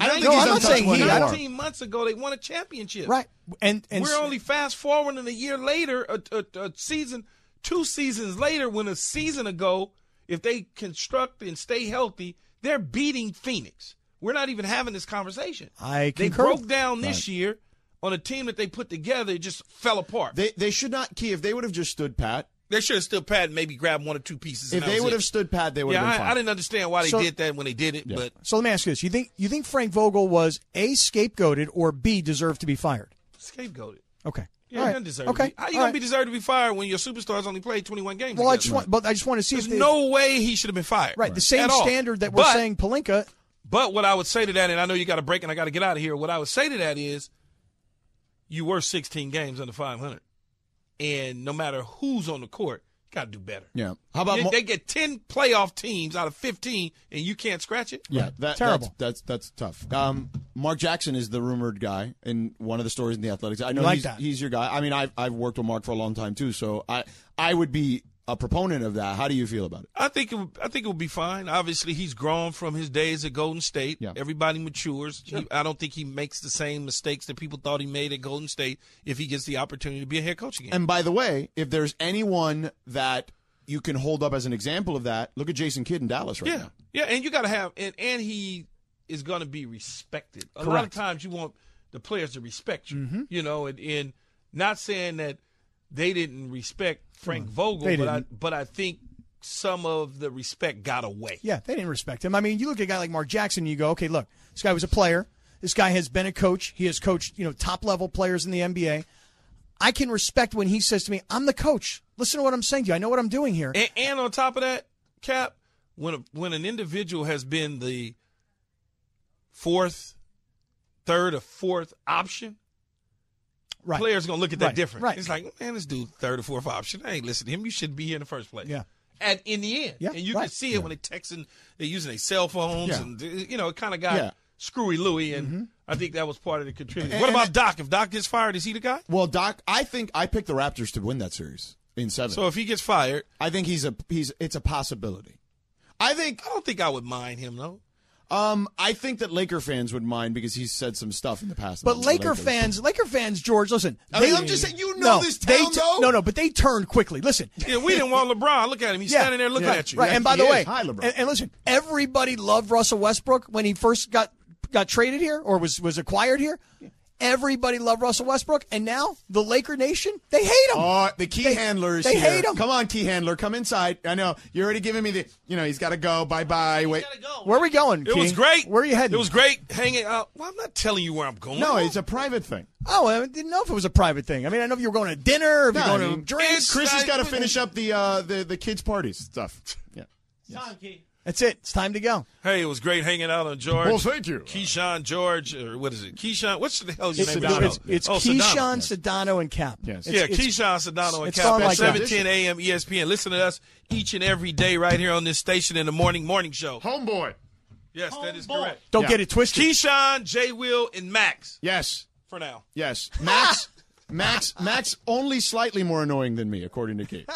I don't No, think he's I'm not saying untouchable he- I anymore. don't- 19 months ago they won a championship. Right. And and We're only fast forwarding a year later, a, a, a season, two seasons later, when a season ago, if they construct and stay healthy, they're beating Phoenix. We're not even having this conversation. I they concur. broke down this year on a team that they put together. It just fell apart. They, They they should not key if they would have just stood pat. should have still pat and maybe grabbed one or two pieces. and If that they was would it. have stood pat, they would yeah, have been fine. I, I didn't understand why they So- did that when they did it, but so let me ask you this. You think you think Frank Vogel was A scapegoated or B deserved to be fired? scapegoated. Okay. Yeah, All you right. don't deserve okay. to be. How you All gonna right. be deserved to be fired when your superstars only played twenty one games? Well, I together? just want but I just want to see There's if they, no way he should have been fired. right, the same At all. standard that we're But- saying Palinka But what I would say to that, and I know you got a break and I got to get out of here, what I would say to that is you were 16 games under 500. And no matter who's on the court, you got to do better. yeah. How about You- Mo- they get 10 playoff teams out of 15, and you can't scratch it? Yeah, that, Terrible. That's, that's that's tough. Um, Mark Jackson is the rumored guy in one of the stories in the Athletics. I know Like he's, that. he's your guy. I mean, I've I've worked with Mark for a long time too, so I I would be a proponent of that. How do you feel about it? I think it would, I think it would be fine. Obviously, he's grown from his days at Golden State. Yeah. Everybody matures. He- I don't think he makes the same mistakes that people thought he made at Golden State if he gets the opportunity to be a head coach again. And by the way, if there's anyone that you can hold up as an example of that, look at Jason Kidd in Dallas right yeah, now. yeah, and you got to have and and he is going to be respected. A lot of times you want the players to respect you, Mm-hmm. you know, and, and not saying that they didn't respect Frank Vogel, They but I didn't. but I think some of the respect got away. Yeah, they didn't respect him. I mean, you look at a guy like Mark Jackson, you go, okay, look, this guy was a player. This guy has been a coach. He has coached, you know, top level players in the NBA. I can respect when he says to me, I'm the coach. Listen to what I'm saying to you. I know what I'm doing here. And, and on top of that, Cap, when a, when an individual has been the fourth, third, or fourth option, right. players gonna look at that Right, different. right. It's like, man, this dude third or fourth option. I ain't listen to him. You should be here in the first place. Yeah. At in the end, Yeah, and you can right. see it when they texting, they're using their cell phones, Yeah. and you know, it kind of got Yeah. screwy Louie, and Mm-hmm. I think that was part of the contributor. What about Doc? If Doc gets fired, is he the guy? Well, Doc, I think I picked the Raptors to win that series in seven. So if he gets fired, I think he's a he's it's a possibility. I think I don't think I would mind him though. um I think that Laker fans would mind because he's said some stuff in the past. But about the Laker Lakers. fans, Laker fans, George, listen. I mean, I'm just saying, you know no, this they town, though. No, no, but they turned quickly. <laughs> Listen, Yeah, we didn't want LeBron. Look at him. He's <laughs> Yeah, standing there looking right, at you. Right. Yeah, and by he the is. way, Hi, LeBron. And, and listen, everybody loved Russell Westbrook when he first got got traded here or was was acquired here. Everybody loved Russell Westbrook, and now the Laker Nation they hate him. Oh, the key They- handler is they here. hate him. Come on, key handler, come inside. I know you're already giving me the. You know he's got to go. Bye bye. Wait. Where are we going? It was Key? great. Where are you heading? It was great hanging out. Well, I'm not telling you where I'm going. No, it's a private thing. Oh, I didn't know if it was a private thing. I mean, I know if you were going to dinner, or if No, you're I going mean, to drinks. Chris has I- got to finish up the uh, the the kids' parties stuff. Yeah. That's it. It's time to go. Hey, it was great hanging out on George. Well, thank you. Keyshawn George, or what is it? Keyshawn, what's the hell is your It's, name? Sedano. it's, it's oh, Sedano. Keyshawn, Sedano, and Cap. Yes. It's- yeah, it's- Keyshawn Sedano and it's Cap gone at like that. 710 a.m. ESPN. Listen to us each and every day right here on this station in the morning morning show. Homeboy. Yes, that is correct. Don't Yeah. get it twisted. Keyshawn, J. Will, and Max Yes. for now. Yes. Max. <laughs> Max. Max. Only slightly more annoying than me, according to Kate.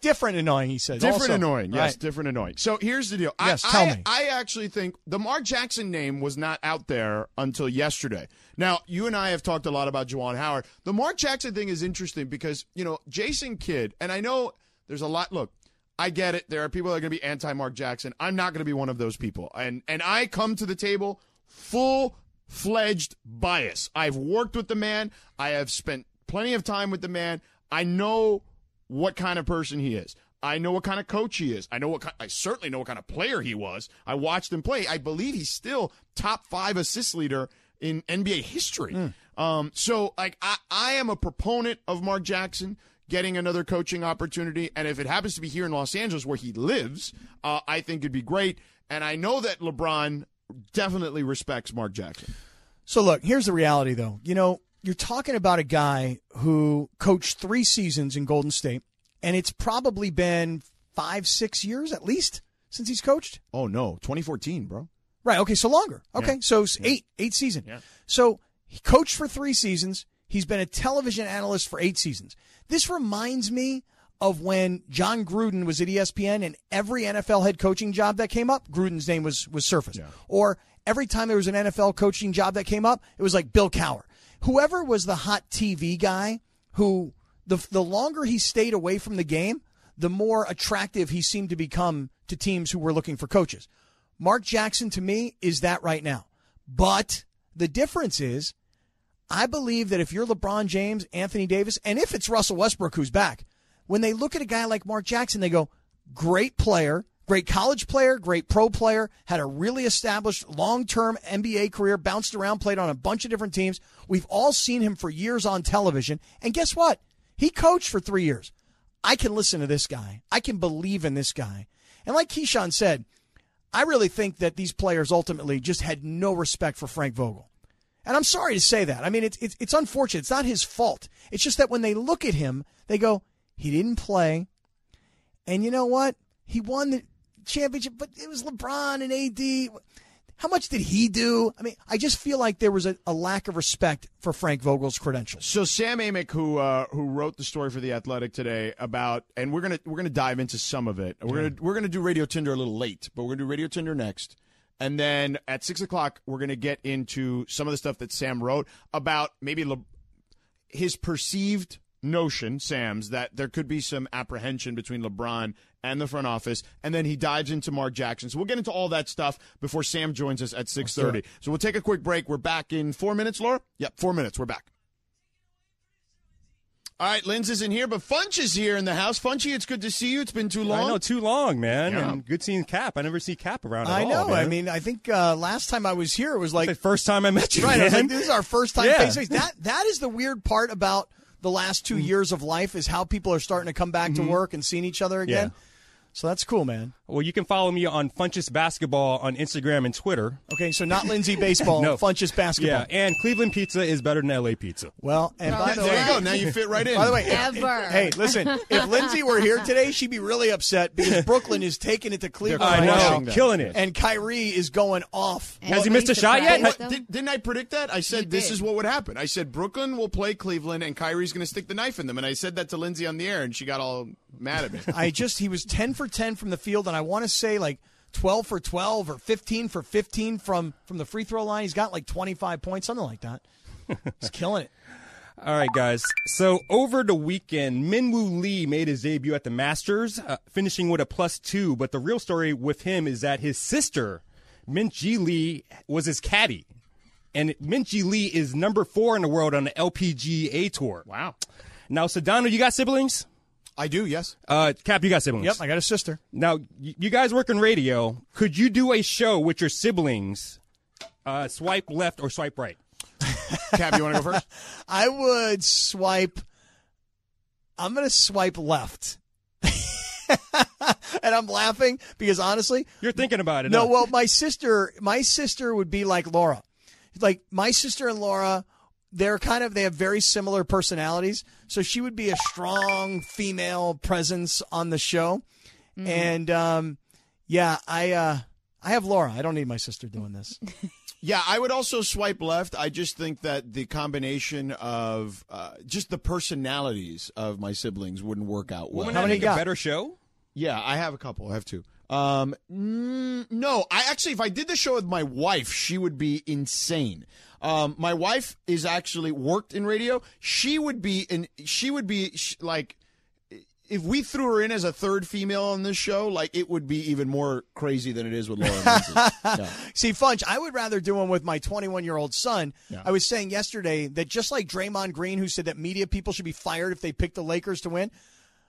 different annoying, he says. Different also. annoying, yes, Right. different annoying. So here's the deal. Yes, I, tell I, me. I actually think the Mark Jackson name was not out there until yesterday. Now, you and I have talked a lot about Juwan Howard. The Mark Jackson thing is interesting because, you know, Jason Kidd, and I know there's a lot. Look, I get it. There are people that are going to be anti Mark Jackson. I'm not going to be one of those people. And, and I come to the table full fledged bias. I've worked with the man, I have spent plenty of time with the man. I know what kind of person he is. I know what kind of coach he is. I know what kind, I certainly know what kind of player he was. I watched him play. I believe he's still top five assist leader in NBA history. Um, so like I, I am a proponent of Mark Jackson getting another coaching opportunity, and if it happens to be here in Los Angeles where he lives, uh, I think it'd be great. And I know that LeBron definitely respects Mark Jackson. So look, here's the reality, though. You know, you're talking about a guy who coached three seasons in Golden State, and it's probably been five, six years at least since he's coached. Oh no, 2014, bro. Right. Okay. So longer. Okay. So it's eight, eight season. So he coached for three seasons. He's been a television analyst for eight seasons. This reminds me of when John Gruden was at E ESPN and every NFL head coaching job that came up, Gruden's name was, was surfaced. Or every time there was an NFL coaching job that came up, it was like Bill Cower. Whoever was the hot TV guy who the, the longer he stayed away from the game, the more attractive he seemed to become to teams who were looking for coaches. Mark Jackson to me is that right now. But the difference is, I believe that if you're LeBron James, Anthony Davis, and if it's Russell Westbrook who's back, when they look at a guy like Mark Jackson, they go, great player, great college player, great pro player, had a really established long term NBA career, bounced around, played on a bunch of different teams. We've all seen him for years on television. And guess what? He coached for three years. I can listen to this guy. I can believe in this guy. And like Keyshawn said, I really think that these players ultimately just had no respect for Frank Vogel. And I'm sorry to say that. I mean, it's, it's, it's unfortunate. It's not his fault. It's just that when they look at him, they go, he didn't play. And you know what? He won the championship, but it was LeBron and AD. How much did he do? I mean, I just feel like there was a, a lack of respect for Frank Vogel's credentials. So Sam Amick, who uh, who wrote the story for the Athletic today about, and we're gonna we're gonna dive into some of it. We're gonna we're gonna do Radio Tinder a little late, but we're gonna do Radio Tinder next, and then at six o'clock we're gonna get into some of the stuff that Sam wrote about maybe Le- his perceived notion, Sam's, that there could be some apprehension between LeBron and the front office, and then he dives into Mark Jackson. So we'll get into all that stuff before Sam joins us at six thirty. So we'll take a quick break. We're back in four minutes, Laura. Yep, four minutes. We're back. All right, Linz isn't here, but Funch is here in the house. Funchy, it's good to see you. It's been too long. I know, too long, man. Yeah. And good seeing Cap. I never see Cap around. At I all, know. I man. mean, I think uh, last time I was here, it was like the first time I met you. Right. I was like, man. this is our first time Yeah. face to face. That that is the weird part about the last two Mm. years of life is how people are starting to come back to work and seeing each other again. Mm-hmm. Yeah. So that's cool, man. Well, you can follow me on Funchess Basketball on Instagram and Twitter. Okay, so not Lindsay baseball, <laughs> No. Funchess basketball. Yeah, and Cleveland pizza is better than LA pizza. Well, and by the there way, you go. Now you fit right in. by the way, if- Ever. hey, listen, if Lindsay were here today, she'd be really upset <laughs> because Brooklyn is taking it to Cleveland I I right know. know, now, killing it. and Kyrie is going off. And Has he are missed you a shot yet? surprised, What, though? <laughs> did, didn't I predict that? I said You this did. is what would happen. I said Brooklyn will play Cleveland, and Kyrie's going to stick the knife in them. And I said that to Lindsay on the air, and she got all mad at me. I just he was ten for ten from the field, and I want to say like twelve for twelve or fifteen for fifteen from from the free throw line. He's got like twenty five points, something like that. He's killing it. All right, guys. So over the weekend, Minwoo Lee made his debut at the Masters, uh, finishing with a plus two. But the real story with him is that his sister, Mint Ji Lee, was his caddy. And Mint Ji Lee is number four in the world on the LPGA Tour. wow. Now, Sedano, you got siblings? I do. Yes. Uh, Cap, you got siblings? Yep, I got a sister. Now, y- you guys work in radio. Could you do a show with your siblings? Uh, swipe left or swipe right? Cap, you want to go first? I would swipe. I'm gonna swipe left. <laughs> and I'm laughing because honestly, You're thinking about it. No, huh? well, my sister, my sister would be like Laura. Like my sister and Laura, they're kind of they have very similar personalities. So she would be a strong female presence on the show, and um, yeah, I uh, I have Laura. I don't need my sister doing this. Yeah, I would also swipe left. I just think that the combination of uh, just the personalities of my siblings wouldn't work out well. Wouldn't How that many make you got? a better show? Yeah, I have a couple. I have two. Um, mm, no, I actually, if I did the show with my wife, she would be insane. Um, my wife is actually worked in radio. She would be, and she would be sh- like, if we threw her in as a third female on this show, like it would be even more crazy than it is with Laura. and Lindsay. Yeah. See, Funch, I would rather do one with my 21 year old son. I was saying yesterday that just like Draymond Green, who said that media people should be fired if they pick the Lakers to win.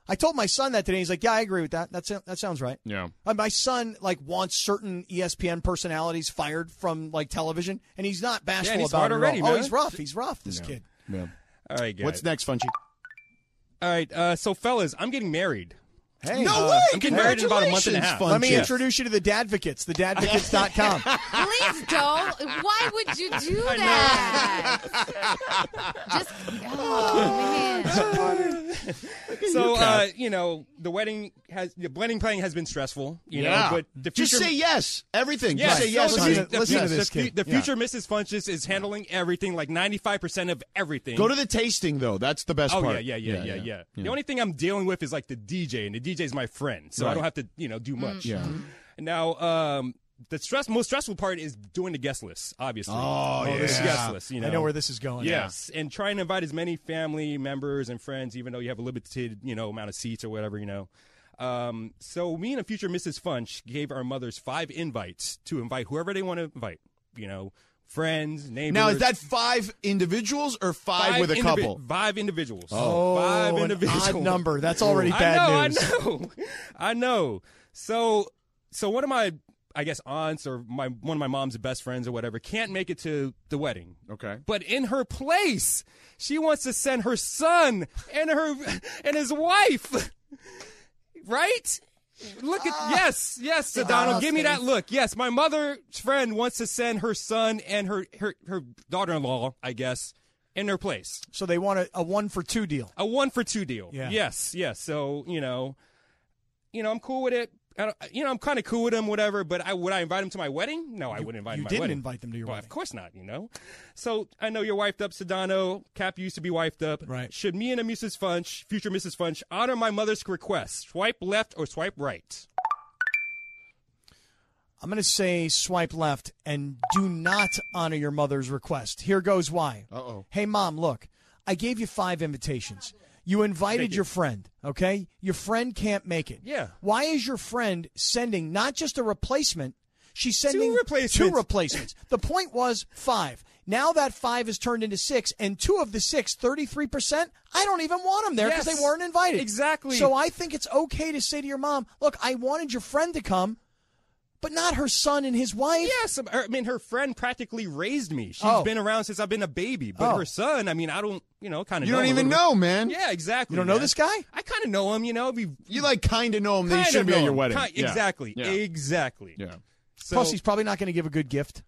I told my son that today. He's like, "Yeah, I agree with that. That's that sounds right." Yeah. Uh, my son like wants certain E ESPN personalities fired from like television, and he's not bashful and he's about hard it at already, all. Oh, man. he's rough. He's rough. This kid. Yeah. All right, guys. What's next, Funchy? All right, uh, so fellas, I'm getting married. Hey, No way! I'm getting married in about a month and a half. Let me Fun introduce you to the Dadvocates, <laughs> thedadvocates.com. Please don't. Why would you do that? Just oh man. So uh, you know, the wedding has the wedding planning has been stressful. You Yeah. know, but the future, Just say yes. Everything. Yeah, Just say yes. so honey. the- Listen the, to future- this the, fu- kid. the future Mrs. Funches is handling everything, like ninety five percent of everything. Go to the tasting though. That's the best Oh part. yeah, yeah, yeah, yeah, yeah, The only thing I'm dealing with is like the DJ, and the DJ's my friend, so I don't have to, you know, do much. Yeah. Mm-hmm. Now, um, the stress, most stressful part is doing the guest list, obviously. Oh, yeah. the guest list. You know, I know where this is going. Yes, and try and invite as many family members and friends, even though you have a limited, you know, amount of seats or whatever, you know. Um, so me and a future Mrs. Funch gave our mothers five invites to invite whoever they want to invite. You know, friends, neighbors. Now is that five individuals or five, with a indivi- couple? Five individuals. Oh, five an individuals. odd number. That's already I bad know, news. I know, I know. So, so one of my, I guess, aunts or my one of my mom's best friends or whatever can't make it to the wedding. Okay. But in her place, she wants to send her son and her and his wife. Right? Look at yes, yes, Donald. Give me that look. Yes, my mother's friend wants to send her son and her her, her daughter-in-law, I guess, in their place. So they want a, a one for two deal. A one for two deal. Yeah. Yes. Yes. So you know, you know, I'm cool with it. I don't, you know, I'm kind of cool with him, whatever. But I would I invite him to my wedding? No, I wouldn't invite you him. to my didn't wedding. invite them to your well, wedding. Of course not. You know. So I know you're wifed up, Sedano. Cap you used to be wifed up. Right. Should me and a Mrs. Funch, future Mrs. Funch, honor my mother's request? Swipe left or swipe right? I'm going to say swipe left and do not honor your mother's request. Here goes why. Uh oh. Hey, mom, look, I gave you five invitations. You invited your friend, okay? Your friend can't make it. Yeah. Why is your friend sending not just a replacement? She's sending replacements. two <laughs> replacements. the point was five. Now that five is turned into six, and two of the six, 33%, I don't even want them there because Yes. they weren't invited. Exactly. So I think it's okay to say to your mom, look, I wanted your friend to come, but not her son and his wife. Yes, I mean her friend practically raised me. She's Oh. been around since I've been a baby, but Oh. her son, I mean, I don't, you know, kind of. You don't him a <laughs> even little know, man. bit. Yeah, exactly. You don't know man. this guy? I kind of know him. You know, we You like kind of know him. Then you Kinda shouldn't be at know your him. wedding. Ki- Yeah. Exactly. Yeah. Exactly. Yeah. So, Plus, he's probably not going to give a good gift.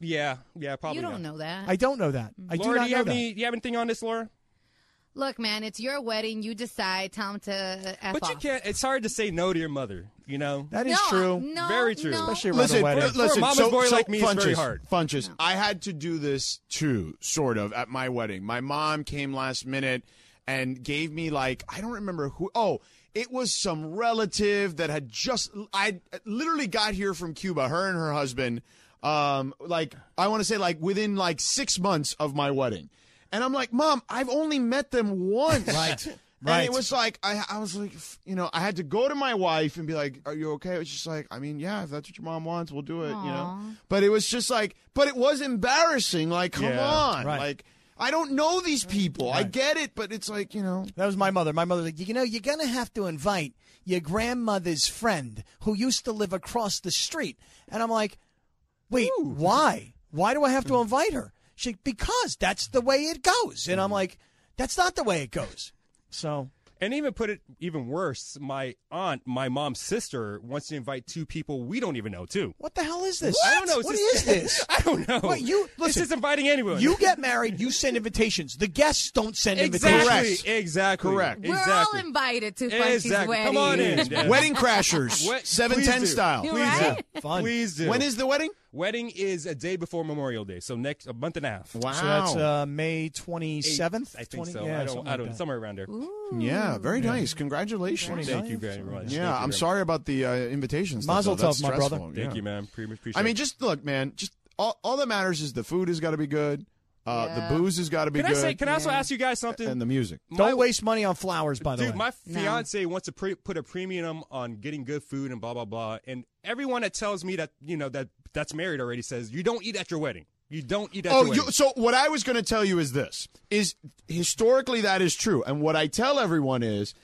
yeah, yeah, probably. You don't not. know that. I don't know that. I do Laura, not do you know have that. any? You have anything on this, Laura? Look, man, it's your wedding. You decide. Tell him to f but you off. can't. It's hard to say no to your mother. You know. that No, is true. No, Very true. no. Especially around Listen, a wedding. uh, listen. For a mama's so, boy so like me, it's Funches, very hard. Funches, I had to do this too, sort of, at my wedding. My mom came last minute and gave me like I don't remember who. Oh, it was some relative that had just I literally got here from Cuba. Her and her husband. Um, like I want to say, like within like six months of my wedding, and I'm like, Mom, I've only met them <laughs> once. right. And Right. it was like I, I was like, f- you know, I had to go to my wife and be like, "Are you okay?" It was just like, I mean, yeah, if that's what your mom wants, we'll do it, you know. But it was just like, but it was embarrassing. Like, come Yeah. on, Right. like I don't know these people. I get it, but it's like, you know, That was my mother. My mother's like, you know, you're going to have to invite your grandmother's friend who used to live across the street. And I'm like, wait, why? Why do I have to invite her? She's like, because that's the way it goes. And I'm like, that's not the way it goes. So, And even put it even worse, my aunt, my mom's sister, wants to invite two people we don't even know too. what the hell is this? I don't know. It's What <laughs> just- is this? I don't know. What, you- it's listen. just inviting anyone. You get married, you send invitations. The guests don't send exactly, invitations. exactly, Correct. We're exactly. all invited to Funchy's exactly. wedding. Come <laughs> on in. Yeah. wedding crashers, What- seven please ten do. style. You Please uh, right? do. Fun. Please do. When is the wedding? wedding? Is a day before Memorial Day, so next a month and a half. Wow, So that's uh, May 27th? I think 20 so. Yeah, I don't. something I like don't. that. Somewhere around there. yeah, very nice. Congratulations. Thank you very much. Thank you Yeah, very I'm much. sorry about the uh, invitations. Mazel though. That's tov, my brother. stressful. Thank Yeah. you, man. Pre- appreciate. I mean, it. just look, man. Just all, all that matters is the food has got to be good. Uh, The booze has got to be can I good. say? Can I also ask you guys something? and the music. My- Don't waste money on flowers, by the Dude, way. my No. fiance wants to pre- put a premium on getting good food and blah blah blah. And everyone that tells me that you know that that's married already says you don't eat at your wedding. You don't eat at your Oh, wedding. you, so what I was going to tell you is this: is historically that is true, and what I tell everyone is,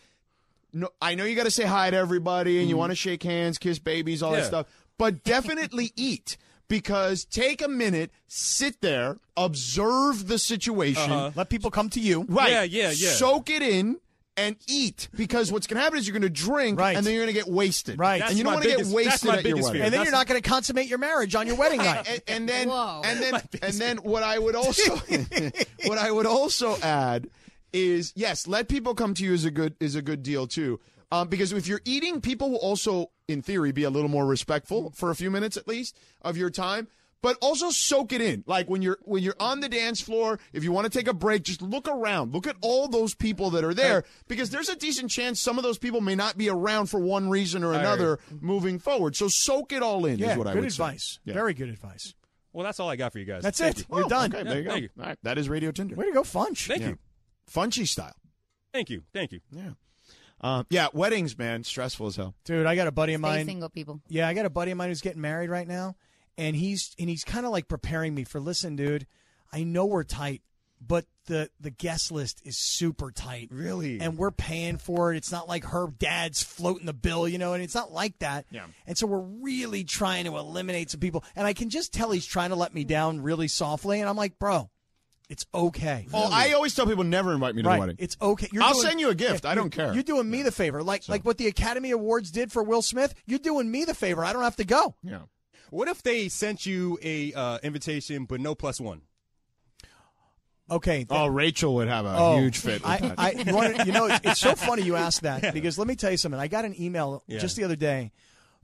no, I know you got to say hi to everybody, and you want to shake hands, kiss babies, all that Mm-hmm. Yeah. stuff, but definitely <laughs> eat. Because take a minute, sit there, observe the situation, Let people come to you. Right. Uh-huh. Yeah, yeah, yeah. Soak it in and eat because what's going to happen is you're going to drink Right. and then you're going to get wasted. Right. and you don't That's want my to get biggest- that's wasted my at your biggest wedding. fear. and then you're that's- not going to consummate your marriage on your wedding <laughs> night. Eh, and, and then Whoa. and <laughs> then and then what I would also what I would also add is yes, let people come to you is a good is a good deal too. Um, because if you're eating, people will also, in theory, be a little more Mm-hmm. respectful for a few minutes at least of your time. But also soak it in. Like when you're when you're on the dance floor, if you want to take a break, just look around. Look at all those people that are there because there's a decent chance some of those people may not be around for one reason or another moving forward. So soak it all in yeah, is what I good would say. advice. Yeah. Oh, Very good advice. Well, that's all I got for you guys. That's Thank it. you. You're done. Okay, there you go. thank you. All right, that is Radio Tinder. Way to go, Funch. Thank Yeah. you. Funchy style. Thank you. Thank you. Um, yeah, weddings, man, stressful as hell. Dude, I got a buddy of Stay mine. single people. Yeah, I got a buddy of mine who's getting married right now, and he's and he's kind of like preparing me for. Listen, dude, I know we're tight, but the the guest list is super tight, Really? and we're paying for it. It's not like her dad's floating the bill, you know, and it's not like that. Yeah. And so we're really trying to eliminate some people, and I can just tell he's trying to let me down really softly, and I'm like, bro, it's okay. Oh, I always tell people never invite me to the Right. wedding. It's okay. You're I'll doing- send you a gift. I you're- don't care. You're doing me the favor. Like like what the Academy Awards did for Will Smith, you're doing me the favor. I don't have to go. yeah. What if they sent you a uh, invitation but no plus one? Okay. th- Oh, Rachel would have a oh, huge fit. With I, that. I, you, wanna- you know, it's, it's <laughs> so funny you asked that because let me tell you something. I got an email Yeah. just the other day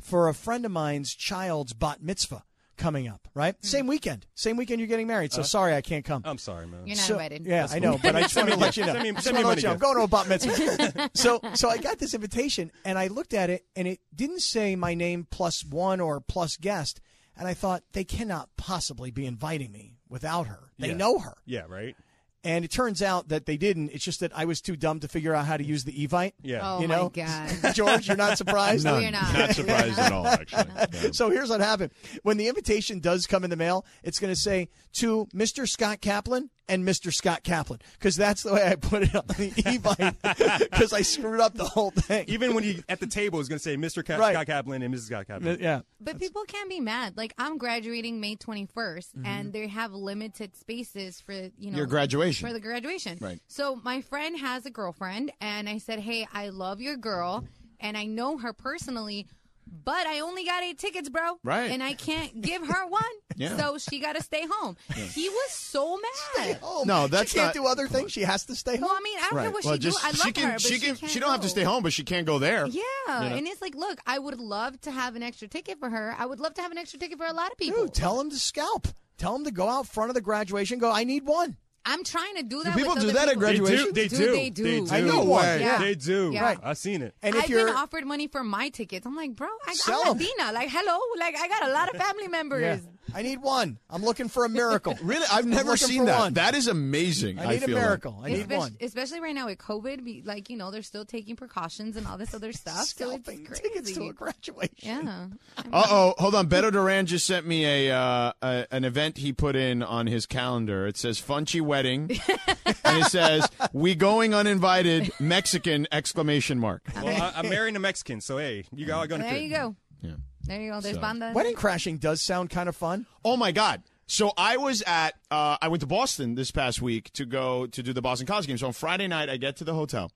for a friend of mine's child's bat mitzvah coming up, right? Hmm. Same weekend. Same weekend you're getting married. So sorry I can't come. Uh-huh. I'm sorry, man. You're not So- invited. Yeah, I know, but I just wanted to let you know. Send me- Just send wanted me to let you know. money I'm gift. going to a bat <laughs> mitzvah. so, so I got this invitation, and I looked at it, and it didn't say my name plus one or plus guest, and I thought they cannot possibly be inviting me without her. They Yeah. know her, Yeah, right. and it turns out that they didn't. It's just that I was too dumb to figure out how to use the Evite. Yeah. Oh You my know? god. <laughs> George, you're not surprised. We're not. Not surprised at all, <laughs> actually. Yeah. So here's what happened. When the invitation does come in the mail, it's going to say to Mr. Scott Kaplan and Mr. Scott Kaplan because that's the way I put it on the <laughs> e-bike because I screwed up the whole thing. Even when you at the table is going to say Mr. Ka- Right. Scott Kaplan and Mrs. Scott uh, Kaplan. yeah. But people can be mad. Like I'm graduating May 21st, and they have limited spaces for you know Mm-hmm. Your graduation. for the graduation. Right. So my friend has a girlfriend, and I said, "Hey, I love your girl, and I know her personally." But I only got eight tickets, bro. Right. And I can't give <laughs> her one. Yeah. So she got to stay home. He was so mad. Oh, No, that's she can't not- do other things. She has to stay Well, home. I mean, I don't know what Well, she just do. I love she can her, but she can can't she don't have go. to stay home, but she can't go there. Yeah, and it's like, look, I would love to have an extra ticket for her. I would love to have an extra ticket for a lot of people. Dude, tell him to scalp. Tell him to go out front of the graduation. Go. I need one. I'm trying to do that. people with do other that at people. They do. Graduation? They Dude, do. they do. I know one. Yeah. They do. Yeah. Right. I've seen it. And if I've you're been offered money for my tickets. I'm like, bro, I, Sell I'm 'em. Latina. Like, hello, like I got a lot of family members. <laughs> Yeah. I need one. I'm looking for a miracle. <laughs> Really, I've I'm never looking seen for that. one. That is amazing. I need a feel like. miracle. I need Especially, one. especially right now with COVID, be- like you know, they're still taking precautions and all this other stuff. so it's Scalping crazy. tickets to a graduation. yeah. Uh oh, hold on. Beto Duran just sent me a, uh, a an event he put in on his calendar. It says "Funchy Wedding," <laughs> and it says "We going uninvited Mexican!" Exclamation mark. Well, I, I'm marrying a Mexican, so hey, you all going to There you go. Yeah. There you go. There's banda. Wedding crashing does sound kind of fun. Oh my God. So I was at uh, I went to Boston this past week to go to do the Boston College game. So on Friday night, I get to the hotel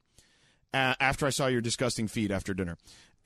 uh, after I saw your disgusting feed after dinner.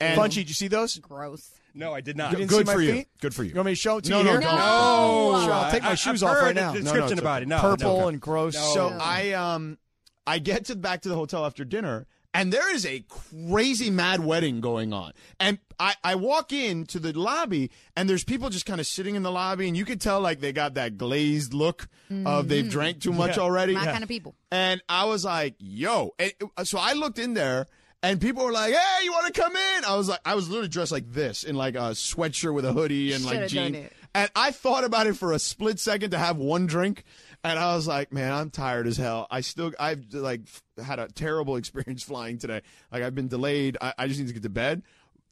And Bunchy, did you see those? Gross. No, I did not. You didn't Uh, good see my for you. feet? Good for you. You want me to show it to No, you no, here? don't. No. Sure, I'll take I- my I- shoes I've off heard right the now. Description it's about okay. it. No, Purple no. and gross. So No. I um I get to back to the hotel after dinner and there is a crazy mad wedding going on. And I, I walk into the lobby and there's people just kind of sitting in the lobby and you could tell like they got that glazed look of they've Mm-hmm. drank too much already. My kind of people. And I was like, yo. And it- so I looked in there and people were like, hey, you want to come in? I was like, I was literally dressed like this in like a sweatshirt with a hoodie and like Should've done jeans. it. And I thought about it for a split second to have one drink. And I was like, man, I'm tired as hell. I still, I've like f- had a terrible <laughs> experience flying today. Like I've been delayed. I, I just need to get to bed.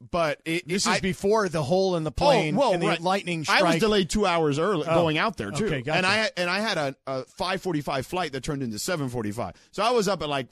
But it, this it, is I- before the hole in the plane well, and the Oh, right. lightning I strike. Oh, was delayed two hours early going out there too, Okay, gotcha. and I and I had a, a five forty five flight that turned into seven forty five. So I was up at like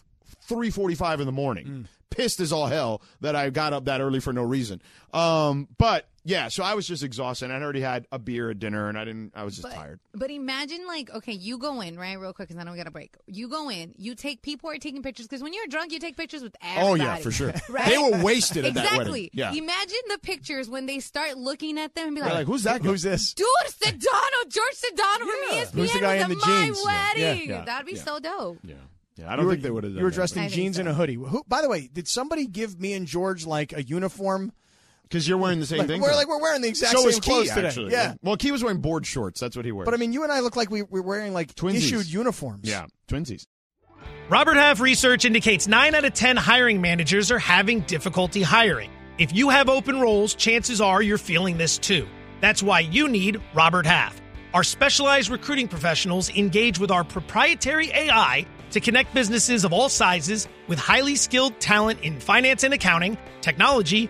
3:45 in the morning. Mm. Pissed as all hell that I got up that early for no reason. Um, but yeah, so I was just exhausted. I'd already had a beer at dinner, and I didn't. I was just tired. But imagine, like, okay, you go in, right, real quick, because I know we got a break. You go in, you take people are taking pictures, because when you're drunk, you take pictures with Oh, everybody. yeah, for <laughs> sure. Right? They were wasted at that exactly. wedding. Yeah. Imagine the pictures when they start looking at them and be They're like, like, who's that? Guy? Who's this? Dude, Sedano, George Sedano from ESPN Who's the guy was in at the my jeans? Yeah. wedding. Yeah. Yeah. That'd be Yeah. so dope. Yeah. Yeah, I don't You were- think they would have. You were dressed I in think jeans and a so. hoodie. Who, by the way, did somebody give me and George like a uniform? <laughs> Because you're wearing the same Like, thing. we're today. like we're wearing the exact so same was Key, clothes today. Actually. Yeah, Well, Key was wearing board shorts. That's what he wears. but I mean, you and I look like we we're wearing like Twinsies. issued uniforms. yeah, twinsies. Robert Half research indicates 9 out of 10 hiring managers are having difficulty hiring. If you have open roles, chances are you're feeling this too. That's why you need Robert Half. Our specialized recruiting professionals engage with our proprietary AI to connect businesses of all sizes with highly skilled talent in finance and accounting, technology,